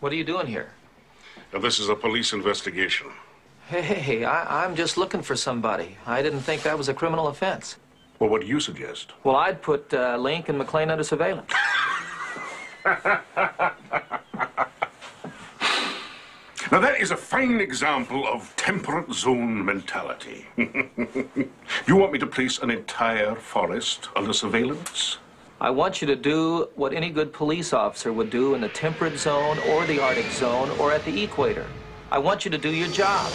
What are you doing here? Now, this is a police investigation. Hey, I, I'm just looking for somebody. I didn't think that was a criminal offense. Well, what do you suggest? Well, I'd put uh, Link and McLean under surveillance. Now, that is a fine example of temperate zone mentality. you want me to place an entire forest under surveillance? I want you to do what any good police officer would do in the temperate zone or the Arctic zone or at the equator. I want you to do your job.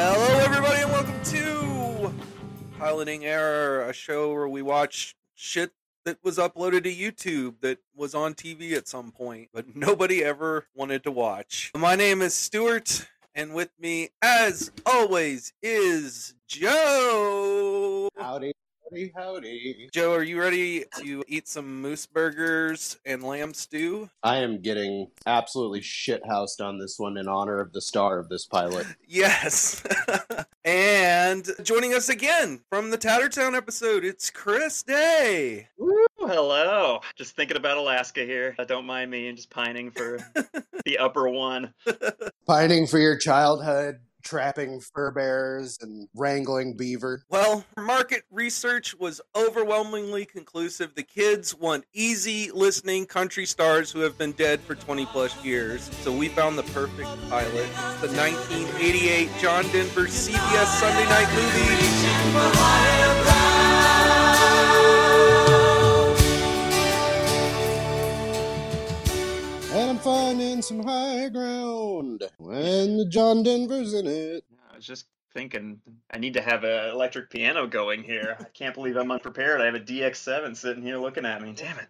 Hello, everybody, and welcome to Piloting Error, a show where we watch shit that was uploaded to YouTube that was on TV at some point, but nobody ever wanted to watch. My name is Stuart, and with me, as always, is Joe. Howdy, howdy, howdy. Joe, are you ready to eat some moose burgers and lamb stew? I am getting absolutely shithoused on this one in honor of the star of this pilot. Yes. and joining us again from the Tattertown episode, it's Chris Day. Oh, hello. Just thinking about Alaska here. Uh, Don't mind me and just pining for the upper one. Pining for your childhood, trapping fur bears, and wrangling beaver. Well, market research was overwhelmingly conclusive. The kids want easy listening country stars who have been dead for 20 plus years. So we found the perfect pilot. It's the 1988 John Denver CBS Sunday night movie. And I'm finding some high ground when the John Denver's in it. I was just thinking I need to have an electric piano going here. I can't believe I'm unprepared. I have a DX7 sitting here looking at me. Damn it.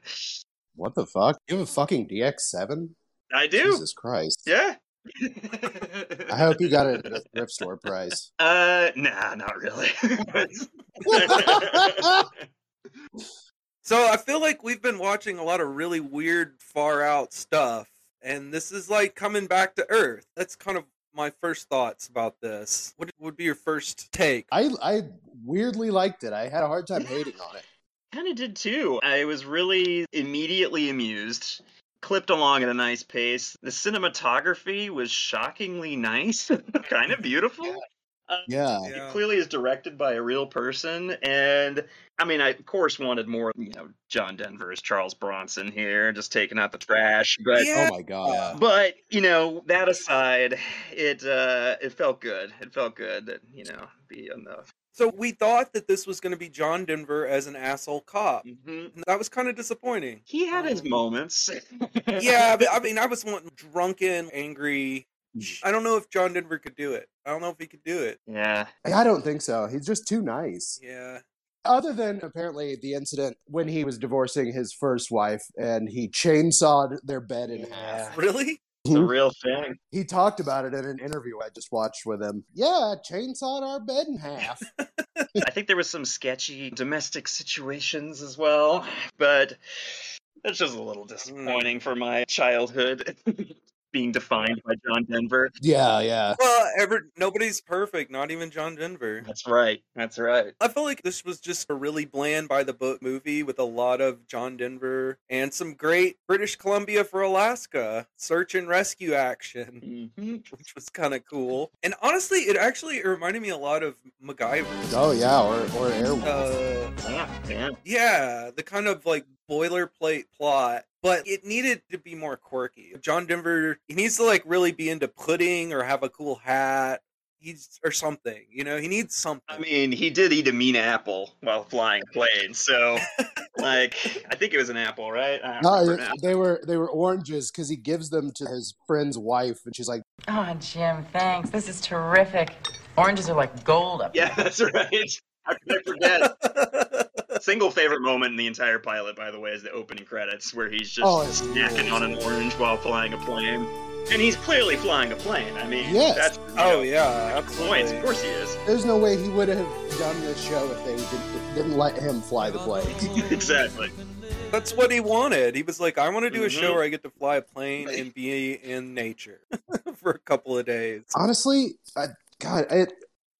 What the fuck? You have a fucking DX7? I do. Jesus Christ. Yeah. I hope you got it at a thrift store price. Uh, nah, not really. So I feel like we've been watching a lot of really weird, far out stuff. And this is like coming back to Earth. That's kind of my first thoughts about this. What would be your first take? I, I weirdly liked it. I had a hard time hating on it. kind of did too. I was really immediately amused. Clipped along at a nice pace. The cinematography was shockingly nice, kind of beautiful. Yeah. Yeah. It clearly is directed by a real person, and I mean, I of course wanted more. You know, John Denver as Charles Bronson here, just taking out the trash. But Oh my god. but you know, that aside, it uh, it felt good. It felt good that you know be on the. So we thought that this was going to be John Denver as an asshole cop. Mhm. And that was kind of disappointing. He had his moments. Um, Yeah, but, I mean, I was wanting drunken, angry. I don't know if John Denver could do it. I don't know if he could do it. Yeah. I don't think so. He's just too nice. Yeah. other than apparently the incident when he was divorcing his first wife and he chainsawed their bed in half. Really? It's a real thing. He talked about it in an interview I just watched with him. Yeah, I chainsawed our bed in half. I think there was some sketchy domestic situations as well, but that's just a little disappointing for my childhood being defined by John Denver. yeah, yeah. Well, ever nobody's perfect, not even John Denver. That's right. That's right. I feel like this was just a really bland by the book movie with a lot of John Denver and some great British Columbia for Alaska search and rescue action, Mhm. which was kind of cool. And honestly, it actually reminded me a lot of MacGyver. Oh yeah, or or airwolf. Uh, Yeah, yeah. Yeah, the kind of like boilerplate plot, but it needed to be more quirky. John Denver, he needs to like really be into pudding or have a cool hat. He's or something, you know, he needs something. I mean, he did eat a mean apple while flying a plane, so like I think it was an apple, right? I don't no, remember they- now. they were they were oranges because he gives them to his friend's wife, and she's like, Oh, Jim, thanks. This is terrific. Oranges are like gold up Yeah, that's right. How could I forget? Single favorite moment in the entire pilot, by the way, is the opening credits where he's just Oh, it's snacking on an orange while flying a plane. And he's clearly flying a plane. I mean, Yes. that's Oh you know, yeah, points. Of absolutely. course he is. There's no way he would have done this show if they didn't, didn't let him fly Oh, the plane. exactly. That's what he wanted. He was like, I want to do a show Mhm. where I get to fly a plane and be in nature for a couple of days. Honestly, I, God, it,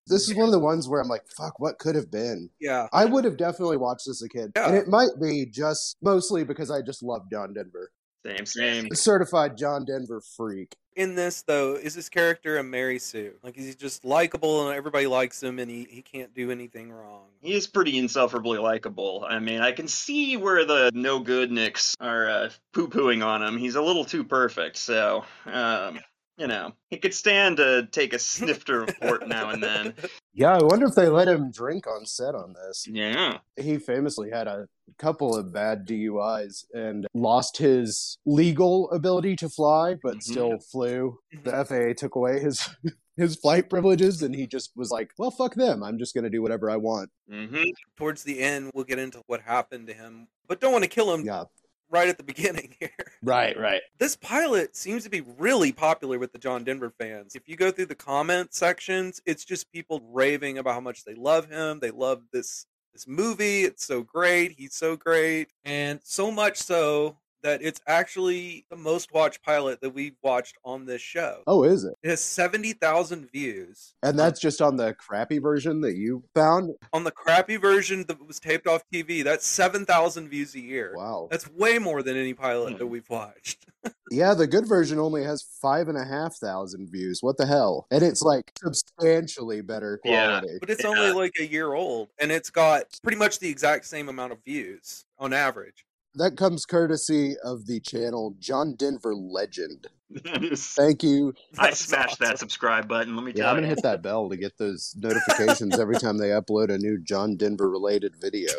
this is one of the ones where I'm like, fuck, what could have been? Yeah. I would have definitely watched this as a kid. Yeah. And it might be just mostly because I just love John Denver. Same, same. Certified John Denver freak. In this though, is his character a Mary Sue? Like he's just likable and everybody likes him and he, he can't do anything wrong. He is pretty insufferably likable. I mean, I can see where the no good Nicks are uh, poo pooing on him. He's a little too perfect, so, um, you know, he could stand to take a snifter of port now and then. Yeah, I wonder if they let him drink on set on this. Yeah. He famously had a couple of bad DUIs and lost his legal ability to fly, but Mhm. still flew. The FAA took away his his flight privileges, and he just was like, "Well, fuck them. I'm just going to do whatever I want." hmm Towards the end we'll get into what happened to him. But don't want to kill him Yeah, right at the beginning here. right, right. this pilot seems to be really popular with the John Denver fans. If you go through the comment sections, it's just people raving about how much they love him. They love this this movie. It's so great. He's so great. And so much so that it's actually the most watched pilot that we've watched on this show. Oh, is it? It has 70,000 views. And that's just on the crappy version that you found. On the crappy version that was taped off TV, that's 7,000 views a year. Wow. That's way more than any pilot that Hmm. we've watched. Yeah, the good version only has five and a half thousand views. What the hell? And it's like substantially better Yeah. quality. But it's Yeah. only like a year old, and it's got pretty much the exact same amount of views on average. That comes courtesy of the channel John Denver Legend. That is, Thank you. I That's smashed that subscribe button, let me Yeah, tell I'm gonna you. hit that bell to get those notifications every time they upload a new John Denver related video.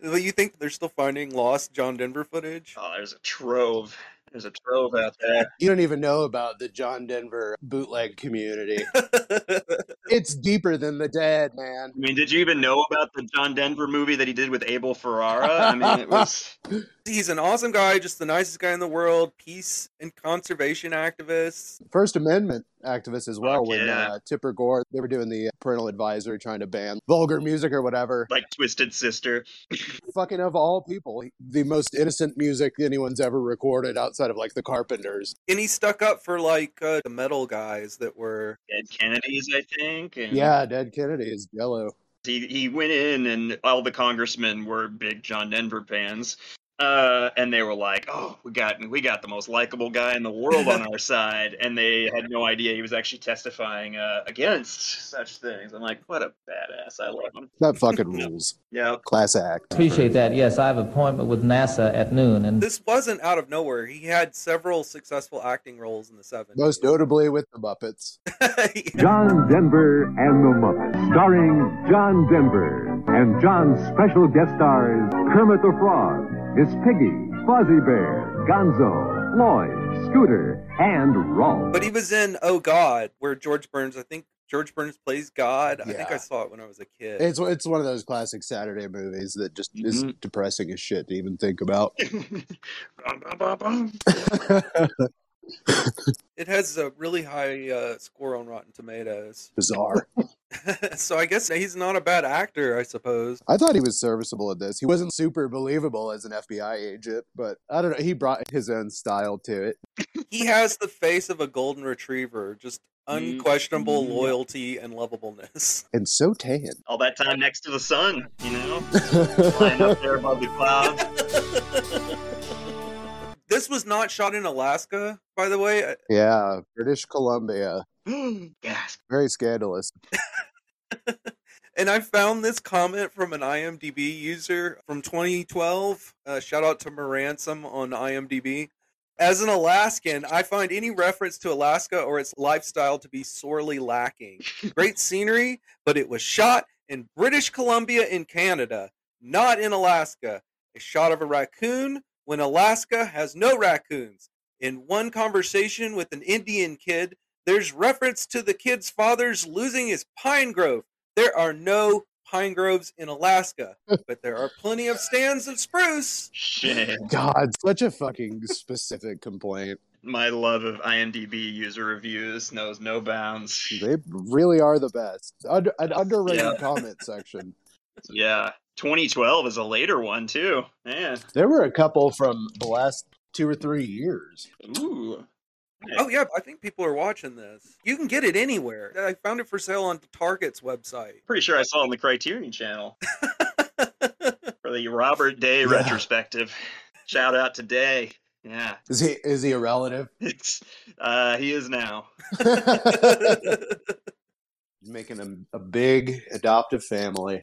But you think they're still finding lost John Denver footage? Oh, there's a trove. There's a trove out there. You don't even know about the John Denver bootleg community. Oh. It's deeper than the dead, man. I mean, did you even know about the John Denver movie that he did with Abel Ferrara? I mean, it was. He's an awesome guy, just the nicest guy in the world, peace and conservation activist. First Amendment activists as well. Fuck When yeah. uh, Tipper Gore, they were doing the uh, parental advisory, trying to ban vulgar music or whatever. Like Twisted Sister. Fucking of all people, the most innocent music anyone's ever recorded outside of like the Carpenters. And he stuck up for like uh, the metal guys that were. Dead Kennedys, I think. And Yeah, Dead Kennedy is Jello. He he went in, and all the congressmen were big John Denver fans. Uh, and they were like, "Oh, we got we got the most likable guy in the world on our side," and they had no idea he was actually testifying uh, against such things. I'm like, "What a badass! I love him." That fucking rules. Yep. Class act. Appreciate that. Yes, I have an appointment with NASA at noon, and This wasn't out of nowhere. He had several successful acting roles in the 70s. Most notably with the Muppets. Yeah. John Denver and the Muppets, starring John Denver and John's special guest stars Kermit the Frog, Miss Piggy, Fozzie Bear, Gonzo, Floyd, Scooter, and Rolf. But he was in Oh God, where George Burns, I think George Burns plays God. I think I Yeah. saw it when I was a kid. It's it's one of those classic Saturday movies that just is Mm-hmm. depressing as shit to even think about. Bum, bum, bum, bum. It has a really high uh, score on Rotten Tomatoes. Bizarre. so I guess he's not a bad actor, I suppose. I thought he was serviceable at this. He wasn't super believable as an FBI agent, but I don't know. He brought his own style to it. He has the face of a golden retriever, just Mm. Mm-hmm. unquestionable loyalty and lovableness. And so tan. All that time next to the sun, you know, flying up there above the clouds. This was not shot in Alaska, by the way. I- yeah, British Columbia. Gasp. Very scandalous. And I found this comment from an IMDb user from 2012. Uh, shout out to Moransom on IMDb. As an Alaskan, I find any reference to Alaska or its lifestyle to be sorely lacking. Great scenery, but it was shot in British Columbia in Canada, not in Alaska. A shot of a raccoon when Alaska has no raccoons. In one conversation with an Indian kid, there's reference to the kid's father's losing his pine grove. There are no pine groves in Alaska, but there are plenty of stands of spruce. Shit. God, such a fucking specific complaint. my love of IMDb user reviews knows no bounds. They really are the best. Under, an underrated Yeah. comment section. Yeah. 2012 is a later one too. Man. There were a couple from the last two or three years. Ooh. Oh yeah, I think people are watching this. You can get it anywhere. I found it for sale on Target's website. Pretty sure I saw it on the Criterion channel for the Robert Day Yeah. retrospective. Shout out to Day. Yeah. Is he is he a relative? It's, uh, he is now. Making a, a big adoptive family.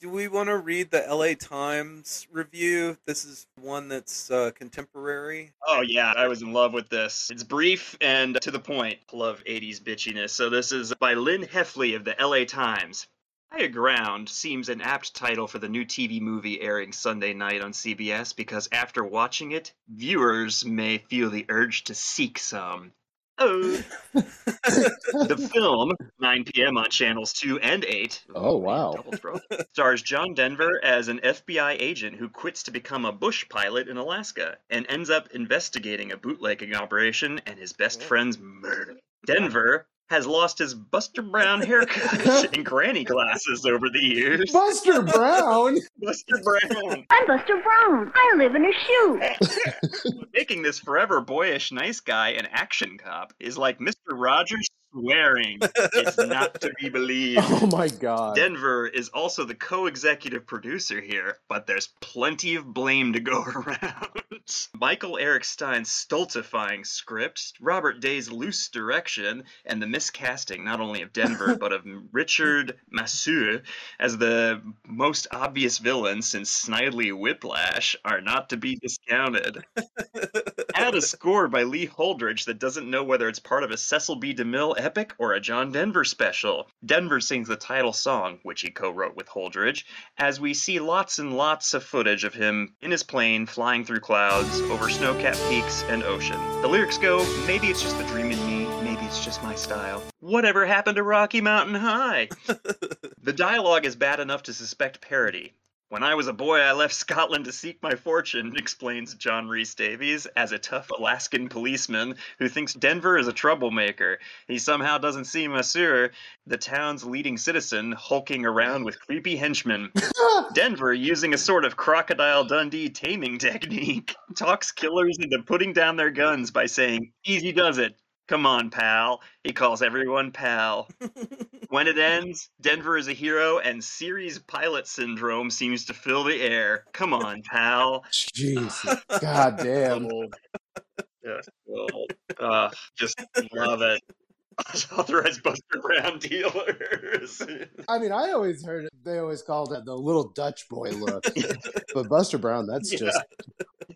Do we want to read the LA Times review? This is one that's uh, contemporary. Oh yeah, I was in love with this. It's brief and to the point. Love 80s bitchiness. So this is by Lynn Heffley of the LA Times. Higher Ground seems an apt title for the new TV movie airing Sunday night on CBS because after watching it, viewers may feel the urge to seek some. Oh. the film, 9 p.m. on channels 2 and 8. Oh, wow. Double throw. Stars John Denver as an FBI agent who quits to become a bush pilot in Alaska and ends up investigating a bootlegging operation and his best friend's murder. Denver has lost his Buster Brown haircut and granny glasses over the years. Buster Brown. Buster Brown I'm Buster Brown. I live in a shoe. making this forever boyish nice guy an action cop is like Mr. Rogers swearing. It's not to be believed. Oh my god. Denver is also the co-executive producer here, but there's plenty of blame to go around. Michael Eric Stein's stultifying script, Robert Day's loose direction, and the miscasting not only of Denver but of Richard Masur as the most obvious villain since Snidely Whiplash are not to be discounted. Add a score by Lee Holdridge that doesn't know whether it's part of a Cecil B. DeMille epic or a John Denver special. Denver sings the title song, which he co wrote with Holdridge, as we see lots and lots of footage of him in his plane flying through clouds over snow capped peaks and ocean. The lyrics go maybe it's just the dream in me, maybe it's just my style. Whatever happened to Rocky Mountain High? the dialogue is bad enough to suspect parody. When I was a boy, I left Scotland to seek my fortune, explains John Rhys Davies as a tough Alaskan policeman who thinks Denver is a troublemaker. He somehow doesn't see Masur, the town's leading citizen, hulking around with creepy henchmen. Denver, using a sort of crocodile Dundee taming technique, talks killers into putting down their guns by saying, Easy does it. Come on, pal. He calls everyone pal. When it ends, Denver is a hero, and series pilot syndrome seems to fill the air. Come on, pal. Jesus. God damn. Old. Just, old. Uh, just love it. Authorized Buster Brown dealers. I mean, I always heard it- they always called it the little Dutch boy look. but Buster Brown, that's Yeah. just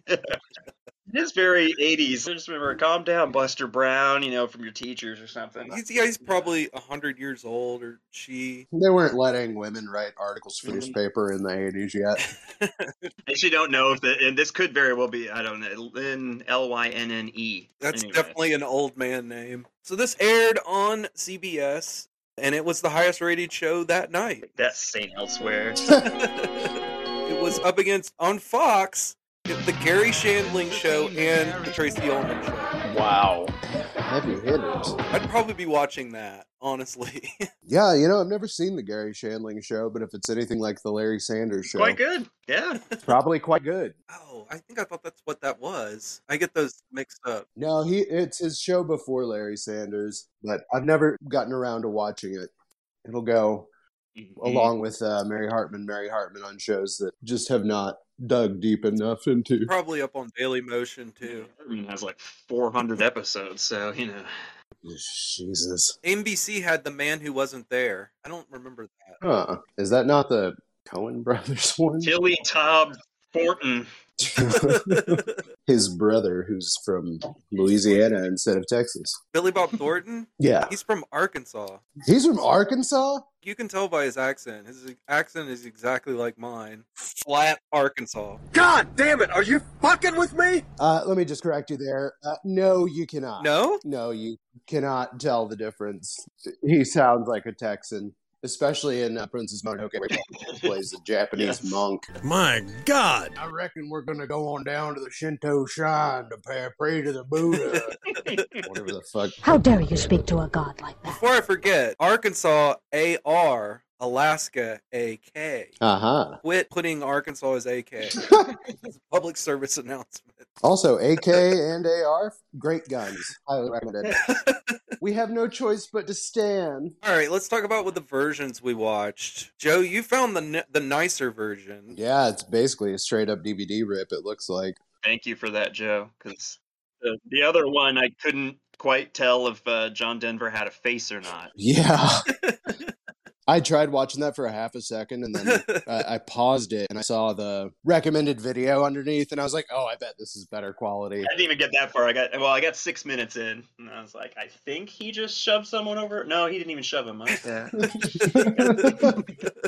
It is very 80s. I just remember, calm down, Buster Brown, you know, from your teachers or something. He's, yeah, he's probably hundred years old, or she. they weren't letting women write articles for Mhm. newspaper in the 80s yet. I actually don't know if the, and this could very well be, I don't know, Lynn, L Y N N E. That's Anyway. definitely an old man name. So this aired on CBS, and it was the highest rated show that night. That's St. Elsewhere. It was up against on Fox the Gary Shandling show and the Tracy Ullman show. Wow. Heavy hitters. I'd probably be watching that, honestly. Yeah, you know, I've never seen the Gary Shandling show, but if it's anything like the Larry Sanders show, Quite good. Yeah. it's probably quite good. oh, I think I thought that's what that was. I get those mixed up. No, he it's his show before Larry Sanders, but I've never gotten around to watching it. It'll go along with uh, Mary Hartman, Mary Hartman on shows that just have not dug deep enough into. Probably up on Daily Motion too. Herman has like 400 episodes, so you know. Jesus, NBC had the man who wasn't there. I don't remember that. huh? Is that not the Cohen brothers one? Tilly Todd Fortin. His brother, who's from Louisiana instead of Texas. Billy Bob Thornton? Yeah, He's from Arkansas. he's from Arkansas. You can tell by his accent. His accent is exactly like mine. Flat Arkansas. God damn it! Are you fucking with me? Uh, let me just correct you there. Uh, no, you cannot. No? No, you cannot tell the difference. He sounds like a Texan. especially in uh, Princess Mononoke, where he plays the Japanese monk. My God. I reckon we're going to go on down to the Shinto shrine to pray, pray to the Buddha. Whatever the fuck. How dare you speak to a god like that? Before I forget, Arkansas AR, Alaska AK. Uh huh. Quit putting Arkansas as AK. it's a public service announcement. Also, AK and AR, great guns. Highly recommended. we have no choice but to stand. All right, let's talk about what the versions we watched. Joe, you found the n- the nicer version. Yeah, it's basically a straight up DVD rip, it looks like. Thank you for that, Joe, because the, the other one I couldn't quite tell if uh, John Denver had a face or not. Yeah. I tried watching that for a half a second and then I, I paused it and I saw the recommended video underneath and I was like, oh, I bet this is better quality. I didn't even get that far. I got well, I got six minutes in, and I was like, I think he just shoved someone over. No, he didn't even shove him. Huh?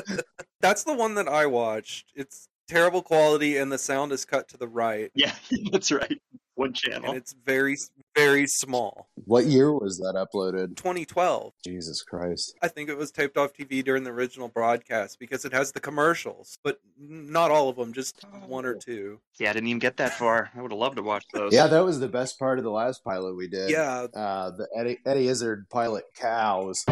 That's the one that I watched. It's terrible quality and the sound is cut to the right. Yeah, that's right. One channel. And it's very very small. What year was that uploaded? 2012. Jesus Christ. I think it was taped off TV during the original broadcast because it has the commercials, but not all of them, just one or two. Yeah, I didn't even get that far. I would have loved to watch those. Yeah, that was the best part of the last pilot we did. Yeah. Uh, the Eddie, Eddie Izzard pilot cows.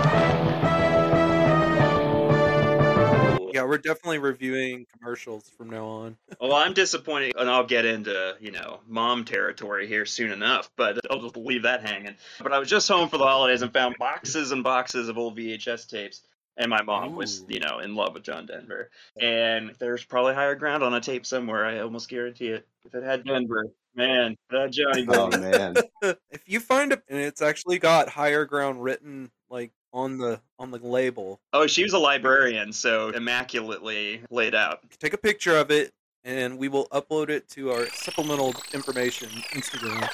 Yeah, we're definitely reviewing commercials from now on. Well, I'm disappointed, and I'll get into you know mom territory here soon enough, but I'll just leave that hanging. But I was just home for the holidays and found boxes and boxes of old VHS tapes. And my mom was, you know, in love with John Denver. And there's probably higher ground on a tape somewhere. I almost guarantee it. If it had Denver, man, that Johnny. Oh, Denver. man. if you find it, and it's actually got higher ground written like on the on the label. Oh, she was a librarian, so immaculately laid out. Take a picture of it, and we will upload it to our supplemental information Instagram.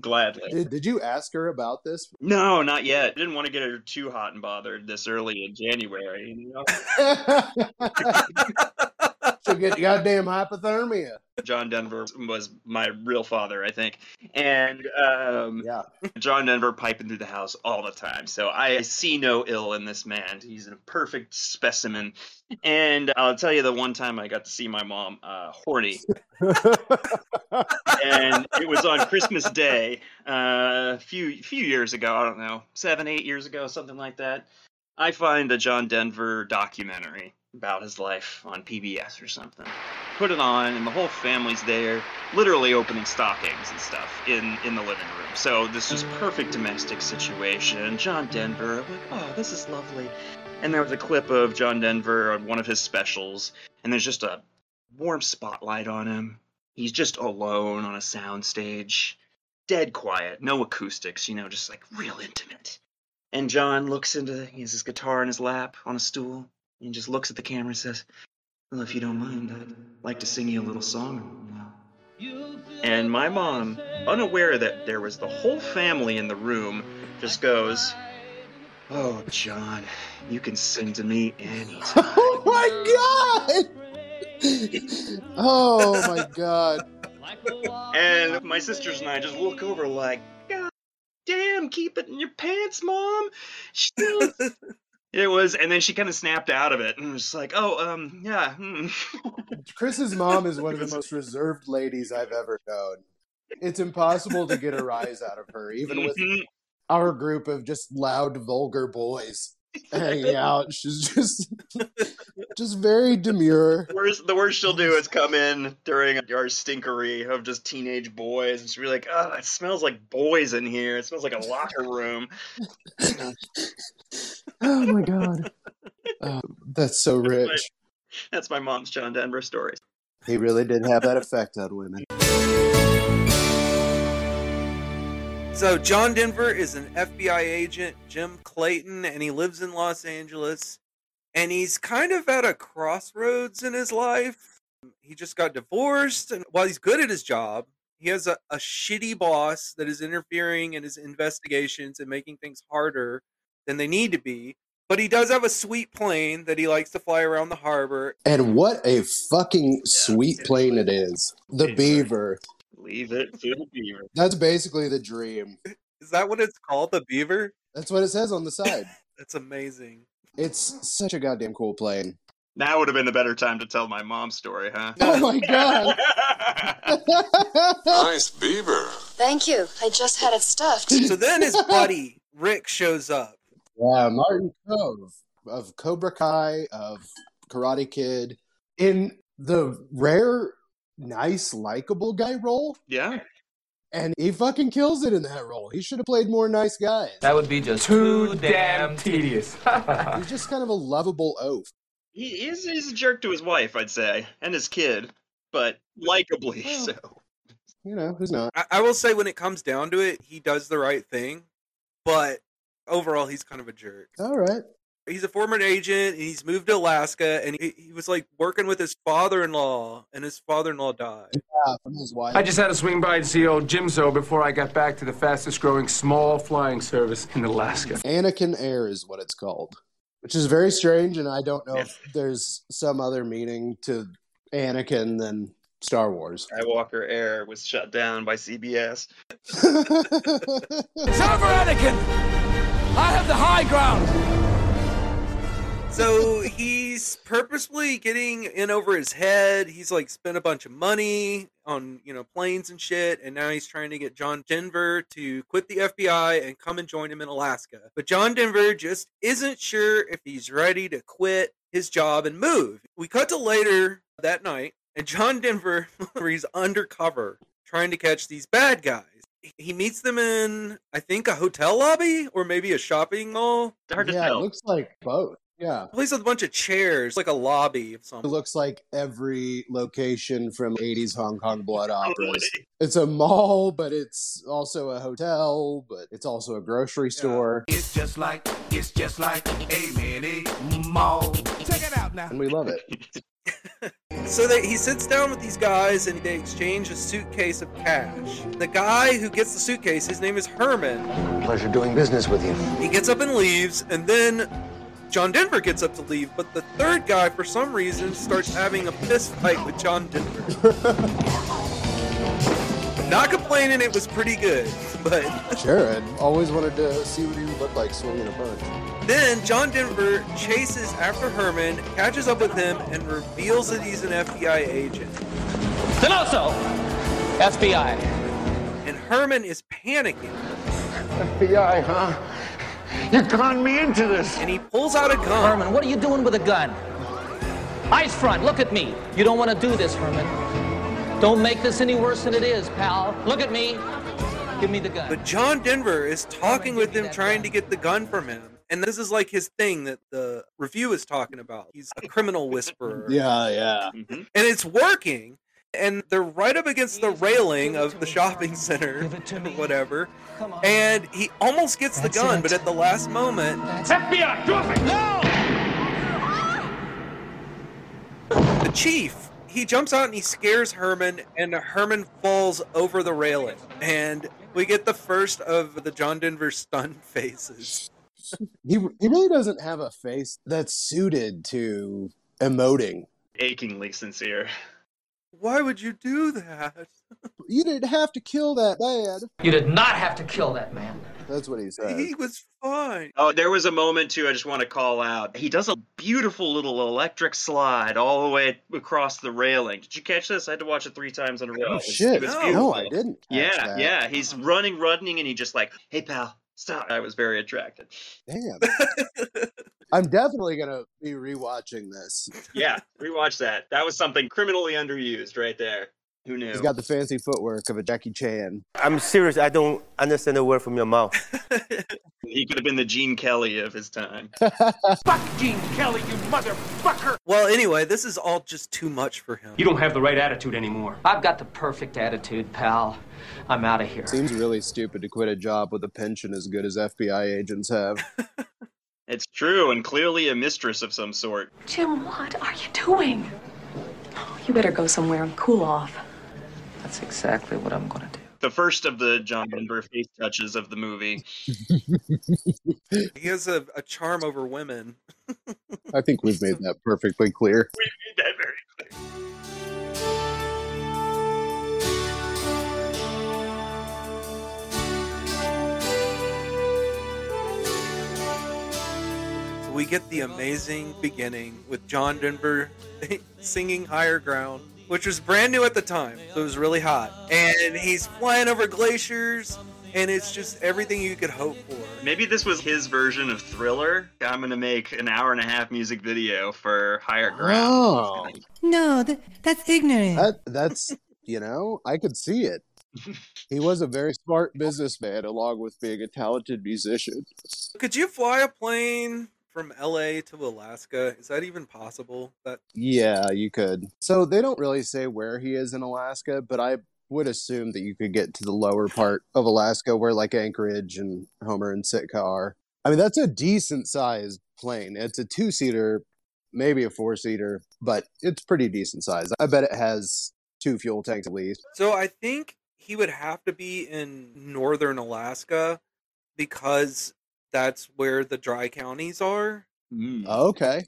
Gladly. Did, did you ask her about this? No, not yet. Didn't want to get her too hot and bothered this early in January. You know? She'll get goddamn hypothermia. John Denver was my real father, I think. And um, Yeah. John Denver piping through the house all the time. So I see no ill in this man. He's a perfect specimen. And I'll tell you the one time I got to see my mom uh, horny. and it was on Christmas Day uh, a few few years ago. I don't know, seven eight years ago, something like that. I find a John Denver documentary about his life on PBS or something. Put it on, and the whole family's there, literally opening stockings and stuff in in the living room. So this was perfect domestic situation. John Denver, I'm like, oh, this is lovely. And there was a clip of John Denver on one of his specials, and there's just a warm spotlight on him. He's just alone on a soundstage, dead quiet, no acoustics, you know, just like real intimate. And John looks into he has his guitar in his lap on a stool, and he just looks at the camera and says, "Well, if you don't mind, I'd like to sing you a little song now." And my mom, unaware that there was the whole family in the room, just goes, "Oh, John, you can sing to me anytime." Oh my god! Oh my god. And my sisters and I just look over like, God damn, keep it in your pants, mom. She- it was, and then she kind of snapped out of it and was just like, oh, um, yeah. hmm." Chris's mom is one of the most reserved ladies I've ever known. It's impossible to get a rise out of her, even with Mhm. our group of just loud, vulgar boys hanging out. She's just just very demure. worst, the worst she'll do is come in during our stinkery of just teenage boys, and she'll be like, "Oh, it smells like boys in here. It smells like a locker room." Oh my god. Oh, that's so rich. That's my mom's John Denver story. He really did have that effect on women. So John Denver is an FBI agent, Jim Clayton, and he lives in Los Angeles. And he's kind of at a crossroads in his life. He just got divorced, and while he's good at his job, he has a, a shitty boss that is interfering in his investigations and making things harder than they need to be. But he does have a sweet plane that he likes to fly around the harbor. And what a fucking sweet plane it is. The beaver. Leave it to the beaver. That's basically the dream. Is that what it's called? The Beaver? That's what it says on the side. That's amazing. It's such a goddamn cool play. and- Now would have been the better time to tell my mom's story, huh? Oh my god! nice beaver. Thank you. I just had it stuffed. So then his buddy Rick shows up. Yeah, Martin Cove of Cobra Kai, of Karate Kid, in the rare, nice, likable guy role, Yeah. and he fucking kills it in that role. He should have played more nice guys. That would be just too, damn tedious. He's just kind of a lovable oaf. He is he's a jerk to his wife, I'd say, and his kid, but likably so. You know, who's not? I, I will say when it comes down to it, he does the right thing, but overall he's kind of a jerk. All right. He's a former agent and he's moved to Alaska and he, he was like working with his father in law and his father in law died. Yeah, from his wife. I just had to swing by and see old Jimzo before I got back to the fastest growing small flying service in Alaska. Anakin Air is what it's called, which is very strange, and I don't know if there's some other meaning to Anakin than Star Wars. Skywalker Air was shut down by CBS. It's over, Anakin! I have the high ground! So he's purposefully getting in over his head. He's like spent a bunch of money on, you know, planes and shit, and now he's trying to get John Denver to quit the FBI and come and join him in Alaska. But John Denver just isn't sure if he's ready to quit his job and move. We cut to later that night, and John Denver where he's undercover trying to catch these bad guys. He meets them in, I think, a hotel lobby or maybe a shopping mall. yeah, it looks like both. Yeah. Place with a bunch of chairs, like a lobby of It something. looks like every location from 80s Hong Kong blood operas. It's a mall, but it's also a hotel, but it's also a grocery store. It's just like, it's just like a mini mall. Check it out now. And we love it. So that he sits down with these guys and they exchange a suitcase of cash. The guy who gets the suitcase, his name is Herman. Pleasure doing business with you. He gets up and leaves, and then John Denver gets up to leave, but the third guy, for some reason, starts having a fist fight with John Denver. Not complaining, it was pretty good, but Jared always wanted to see what he looked like swinging a punch. Then John Denver chases after Herman, catches up with him, and reveals that he's an FBI agent. Denoso! FBI. And Herman is panicking. FBI, huh? You conned me into this. And he pulls out a gun. Herman, what are you doing with a gun? Eyes front, look at me. You don't want to do this, Herman. Don't make this any worse than it is, pal. Look at me. Give me the gun. But John Denver is talking with him, trying to get the gun from him. And this is like his thing that the review is talking about. He's a criminal whisperer. Yeah, yeah. Mm-hmm. And it's working. And they're right up against the railing of the shopping center, whatever. And he almost gets the gun, but at the last moment, FBI, drop it! No! the chief he jumps out and he scares herman and herman falls over the railing and we get the first of the john denver stun faces He, he really doesn't have a face that's suited to emoting. Achingly sincere. why would you do that You didn't have to kill that man. You did not have to kill that man. That's what he said. he was fine Oh, there was a moment too. I just want to call out. He does a beautiful little electric slide all the way across the railing. Did you catch this? I had to watch it three times in a row. It Oh was- shit! It was No, beautiful. I didn't. catch Yeah, that. yeah. He's running, running, and he just like, hey pal, stop. I was very attracted. Damn. I'm definitely gonna be rewatching this. Yeah, rewatch that. That was something criminally underused right there. Who knew? He's got the fancy footwork of a Jackie Chan. I'm serious. I don't understand a word from your mouth. He could have been the Gene Kelly of his time. Fuck Gene Kelly, you motherfucker! well anyway this is all just too much for him You don't have the right attitude anymore. I've got the perfect attitude, pal. I'm out of here. Seems really stupid to quit a job with a pension as good as FBI agents have. It's true, and clearly a mistress of some sort. Jim, what are you doing? Oh, you better go somewhere and cool off. That's exactly what I'm going to do. The first of the John Denver face touches of the movie. he has a, a charm over women I think we've made that perfectly clear. so we get the amazing beginning with John Denver singing Higher Ground, which was brand new at the time. So it was really hot. And he's flying over glaciers, and it's just everything you could hope for. Maybe this was his version of Thriller. I'm gonna make an hour and a half music video for Higher Ground. Oh, No, th- that's ignorant. that, that's, you know, I could see it. He was a very smart businessman, along with being a talented musician. Could you fly a plane from LA to Alaska? Is that even possible? That Yeah, you could. So they don't really say where he is in Alaska, but I would assume that you could get to the lower part of Alaska where like Anchorage and Homer and Sitka are. I mean, that's a decent sized plane. It's a two seater, maybe a four seater, but it's pretty decent size. I bet it has two fuel tanks at least. So I think he would have to be in northern Alaska because that's where the dry counties are. Oh. Mm-hmm. Okay.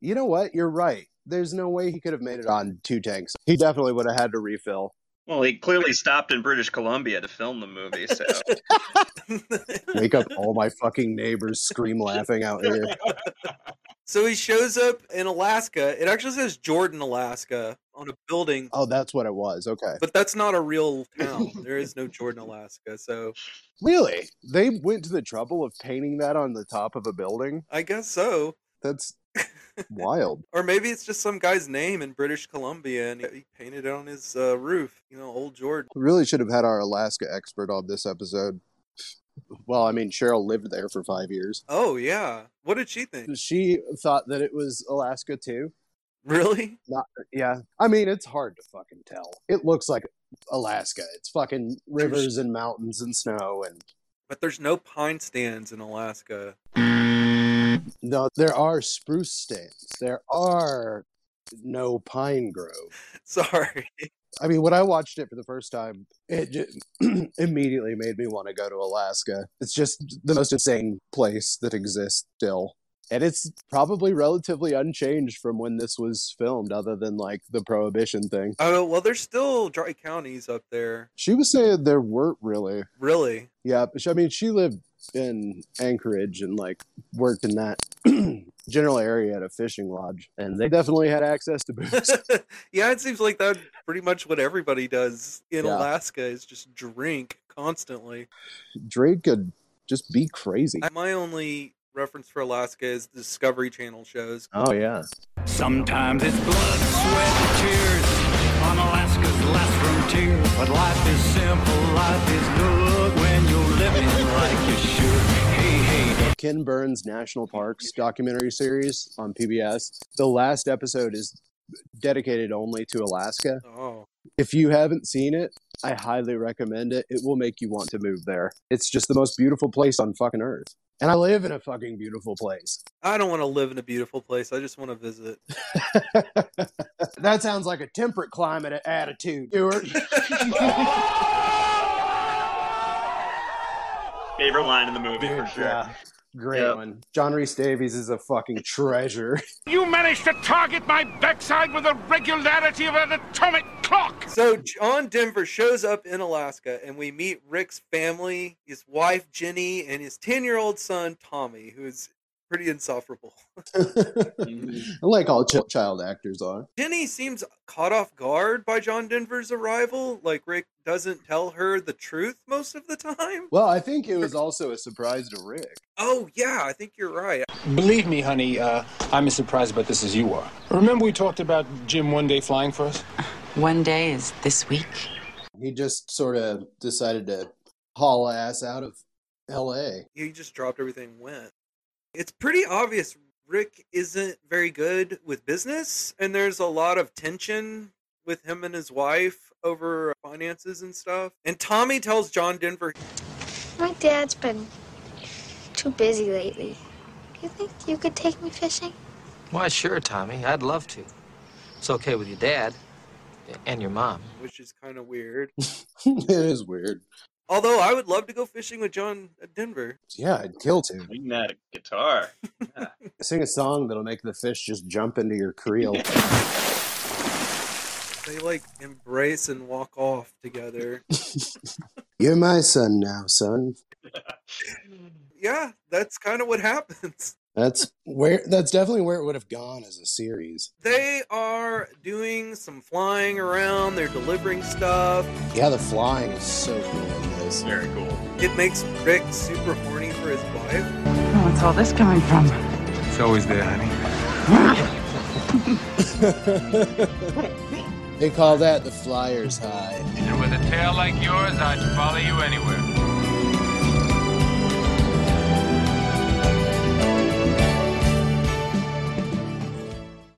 You know what? You're right. There's no way he could have made it on two tanks. He definitely would have had to refill. Well, he clearly stopped in British Columbia to film the movie, so Wake up all my fucking neighbors scream laughing out here. So he shows up in Alaska. It actually says Jordan, Alaska on a building, Oh, that's what it was. Okay. but that's not a real town. there is no Jordan, Alaska. So Really? They went to the trouble of painting that on the top of a building? I guess so. That's wild. Or maybe it's just some guy's name in British Columbia and he painted it on his uh, roof. You know, old Jordan. We really should have had our Alaska expert on this episode. Well, I mean, Cheryl lived there for five years. Oh, yeah. What did she think? She thought that it was Alaska too. Really? Not, yeah. I mean, it's hard to fucking tell. It looks like Alaska. It's fucking rivers and mountains and snow. And But there's no pine stands in Alaska. no, there are spruce stands. There are no pine grove. Sorry. I mean, when I watched it for the first time, it just immediately made me want to go to Alaska. It's just the most insane place that exists still. And it's probably relatively unchanged from when this was filmed, other than like the prohibition thing. Oh, well, there's still dry counties up there. She was saying there weren't really. Really? Yeah. but she- I mean, she lived in Anchorage and like worked in that general area at a fishing lodge. And they definitely had access to booze. yeah, it seems like that's pretty much what everybody does in Yeah. Alaska is just drink constantly. Drake could just be crazy. My only reference for Alaska is the Discovery Channel shows. Oh, yeah. Sometimes it's blood, sweat, and tears on Alaska's last frontier. But life is simple, life is good when you're living like you should. Hey, hey, Ken Burns National Parks documentary series on PBS. The last episode is dedicated only to Alaska. Oh, If you haven't seen it, I highly recommend it. It will make you want to move there. It's just the most beautiful place on fucking earth. And I live in a fucking beautiful place. I don't want to live in a beautiful place. I just want to visit. That sounds like a temperate climate a- attitude, Stuart. favorite line in the movie for sure. Yeah. Great one. John Reese Davies is a fucking treasure. You managed to target my backside with the regularity of an atomic clock. So John Denver shows up in Alaska, and we meet Rick's family, his wife Jenny, and his ten-year-old son Tommy, who is pretty insufferable. like all ch- child actors are. Jenny seems caught off guard by John Denver's arrival. Like Rick doesn't tell her the truth most of the time. Well, I think it was also a surprise to Rick. Oh yeah, I think you're right. Believe me, honey, uh, I'm as surprised about this as you are. Remember we talked about Jim one day flying for us? One day is this week. He just sort of decided to haul ass out of L.A. He just dropped everything and went. It's pretty obvious Rick isn't very good with business, and there's a lot of tension with him and his wife over finances and stuff. And Tommy tells John Denver My dad's been too busy lately. You think you could take me fishing? Why, sure, Tommy. I'd love to. It's okay with your dad and your mom. which is kind of weird. it is weird. Although I would love to go fishing with John uh, Denver. Yeah, I'd kill to Bring that guitar. sing a song that'll make the fish just jump into your creel. They like embrace and walk off together. You're my son now, son. yeah, that's kind of what happens. That's where. That's definitely where it would have gone as a series. They are doing some flying around. They're delivering stuff. Yeah, the flying is so cool in this. Very cool. It makes Rick super horny for his wife. Oh, what's all this coming from? It's always there, honey. They call that the Flyers High. And with a tail like yours, I'd follow you anywhere.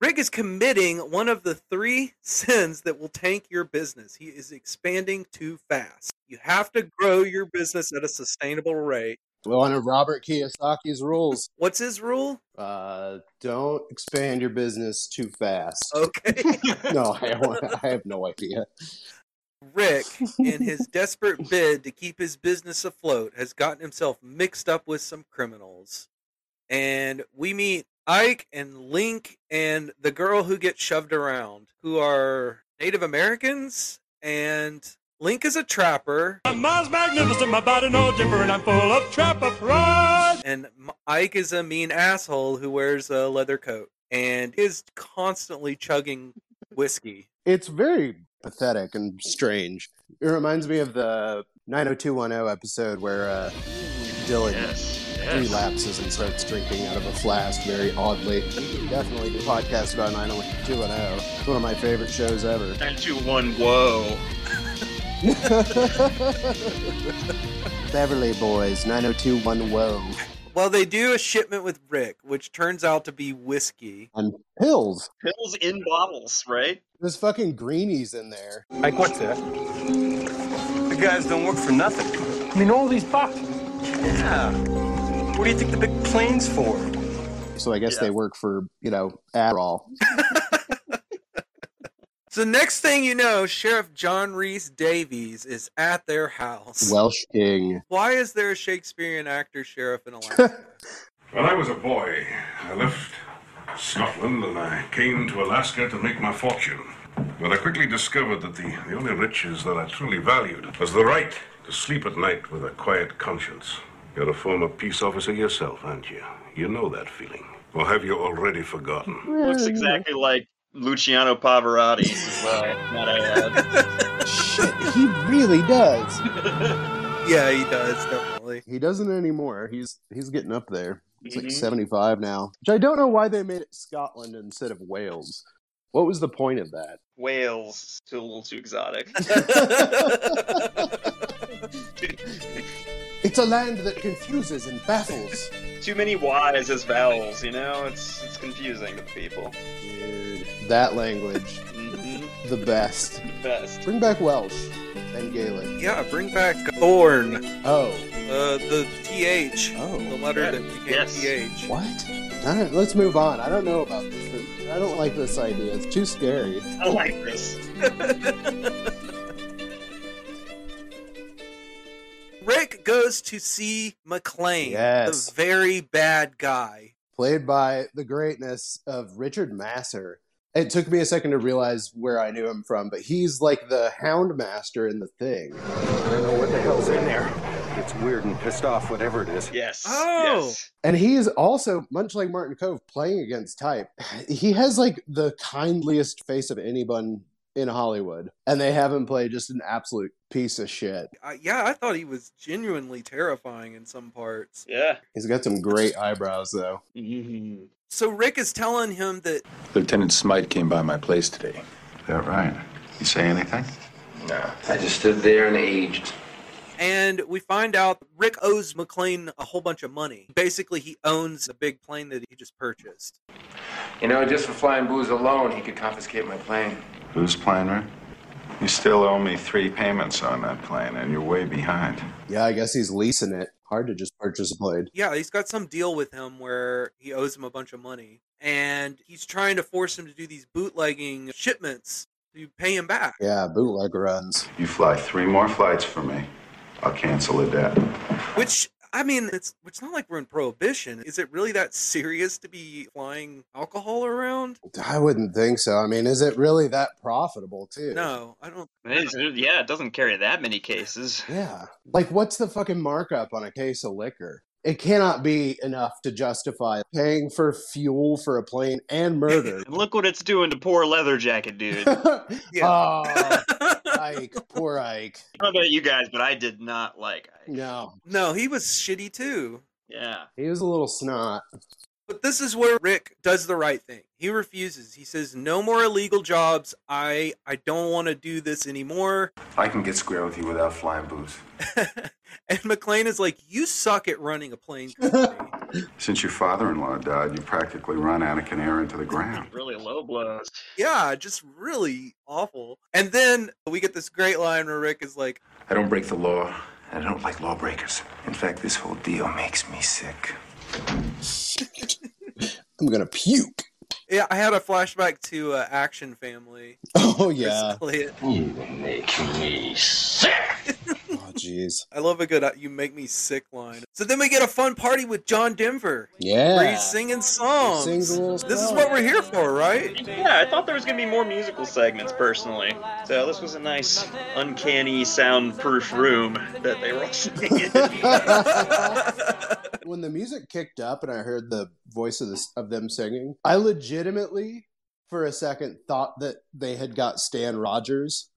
Rick is committing one of the three sins that will tank your business. He is expanding too fast. You have to grow your business at a sustainable rate. Well, under Robert Kiyosaki's rules, What's his rule? uh, don't expand your business too fast. Okay. No, I, don't- I have no idea. Rick, in his desperate bid to keep his business afloat, has gotten himself mixed up with some criminals. And we meet Ike and Link and the girl who gets shoved around, who are Native Americans. And Link is a trapper, My mind's magnificent, my body no different. I'm full of trapper pride. and M- Ike is a mean asshole who wears a leather coat and is constantly chugging whiskey. It's very pathetic and strange. It reminds me of the 90210 episode where uh, Dylan relapses and starts drinking out of a flask very oddly. Definitely do a podcast about 90210. It's one of my favorite shows ever. Nine, two, one. Whoa. Beverly Boys 90210 Whoa. Well, they do a shipment with Rick, which turns out to be whiskey. And pills. Pills in bottles, right? There's fucking greenies in there. Like what's that? The guys don't work for nothing. I mean, all these boxes. Yeah. What do you think the big plane's for? So I guess they work for, you know, Adderall. So next thing you know, Sheriff John Reese Davies is at their house. Welsh King. Why is there a Shakespearean actor sheriff in Alaska? When I was a boy, I left Scotland and I came to Alaska to make my fortune. But I quickly discovered that the, the only riches that I truly valued was the right to sleep at night with a quiet conscience. You're a former peace officer yourself, aren't you? You know that feeling. Or have you already forgotten? Looks exactly like Luciano Pavarotti as well. Not uh, I Shit, he really does. yeah, he does definitely. He doesn't anymore. He's he's getting up there. He's Mhm. like 75 now. Which I don't know why they made it Scotland instead of Wales. What was the point of that? Whales still a little too exotic. It's a land that confuses and baffles. too many Y's as vowels. You know, it's it's confusing to people. Dude, that language, hmm the best. The best. Bring back Welsh and Gaelic. Yeah, bring back Thorn, Oh, uh, the TH, the oh, letter that became Yes. TH. what? All right, let's move on. I don't know about this. I don't like this idea. It's too scary. I like this. Rick goes to see McLean, Yes. the very bad guy. Played by the greatness of Richard Masser. It took me a second to realize where I knew him from, but he's like the hound master in the thing. What the hell's in there? It's weird and pissed off, whatever it is. Yes. Oh. Yes. And he is also, much like Martin Cove, playing against type. He has like the kindliest face of anyone in Hollywood. And they have him play just an absolute piece of shit. I, yeah, I thought he was genuinely terrifying in some parts. Yeah. He's got some great eyebrows though. Mm-hmm. So Rick is telling him that Lieutenant Smite came by my place today. that right? You say anything? No. I just stood there and aged. And we find out Rick owes McLean a whole bunch of money. Basically, he owns the big plane that he just purchased. You know, just for flying booze alone, he could confiscate my plane. Who's playing right? You still owe me three payments on that plane, and you're way behind. Yeah, I guess he's leasing it. Hard to just purchase a plane. Yeah, he's got some deal with him where he owes him a bunch of money. And he's trying to force him to do these bootlegging shipments to pay him back. Yeah, bootleg runs. You fly three more flights for me, I'll cancel the debt. Which, I mean, it's, it's not like we're in prohibition. Is it really that serious to be flying alcohol around? I wouldn't think so. I mean, is it really that profitable too? No, I don't. It is- yeah, it doesn't carry that many cases. Yeah. Like what's the fucking markup on a case of liquor? it cannot be enough to justify paying for fuel for a plane and murder. And look what it's doing to poor leather jacket dude. Oh, uh, Ike, poor Ike. I don't know about you guys, but I did not like Ike. No, No, he was shitty too. Yeah. he was a little snot. But this is where Rick does the right thing. He refuses. He says, "No more illegal jobs. I I don't want to do this anymore." I can get square with you without flying boots. And McLean is like, "You suck at running a plane." Since your father-in-law died, you practically run Anakin Air into the ground. Really low blows. yeah, just really awful. And then we get this great line where Rick is like, I don't break the law, and I don't like lawbreakers. In fact, this whole deal makes me sick. I'm gonna puke. "Yeah, I had a flashback to uh, Action Family." Oh yeah. Elliot. You make me sick. oh jeez. I love a good uh, "You make me sick" line. So then we get a fun party with John Denver. Yeah. Where he's singing songs. sings a little this is song. what we're here for, right? Yeah, I thought there was gonna be more musical segments personally. So this was a nice, uncanny, soundproof room that they were all sitting Hmm. when the music kicked up and I heard the voice of this of them singing, I legitimately for a second thought that they had got Stan Rogers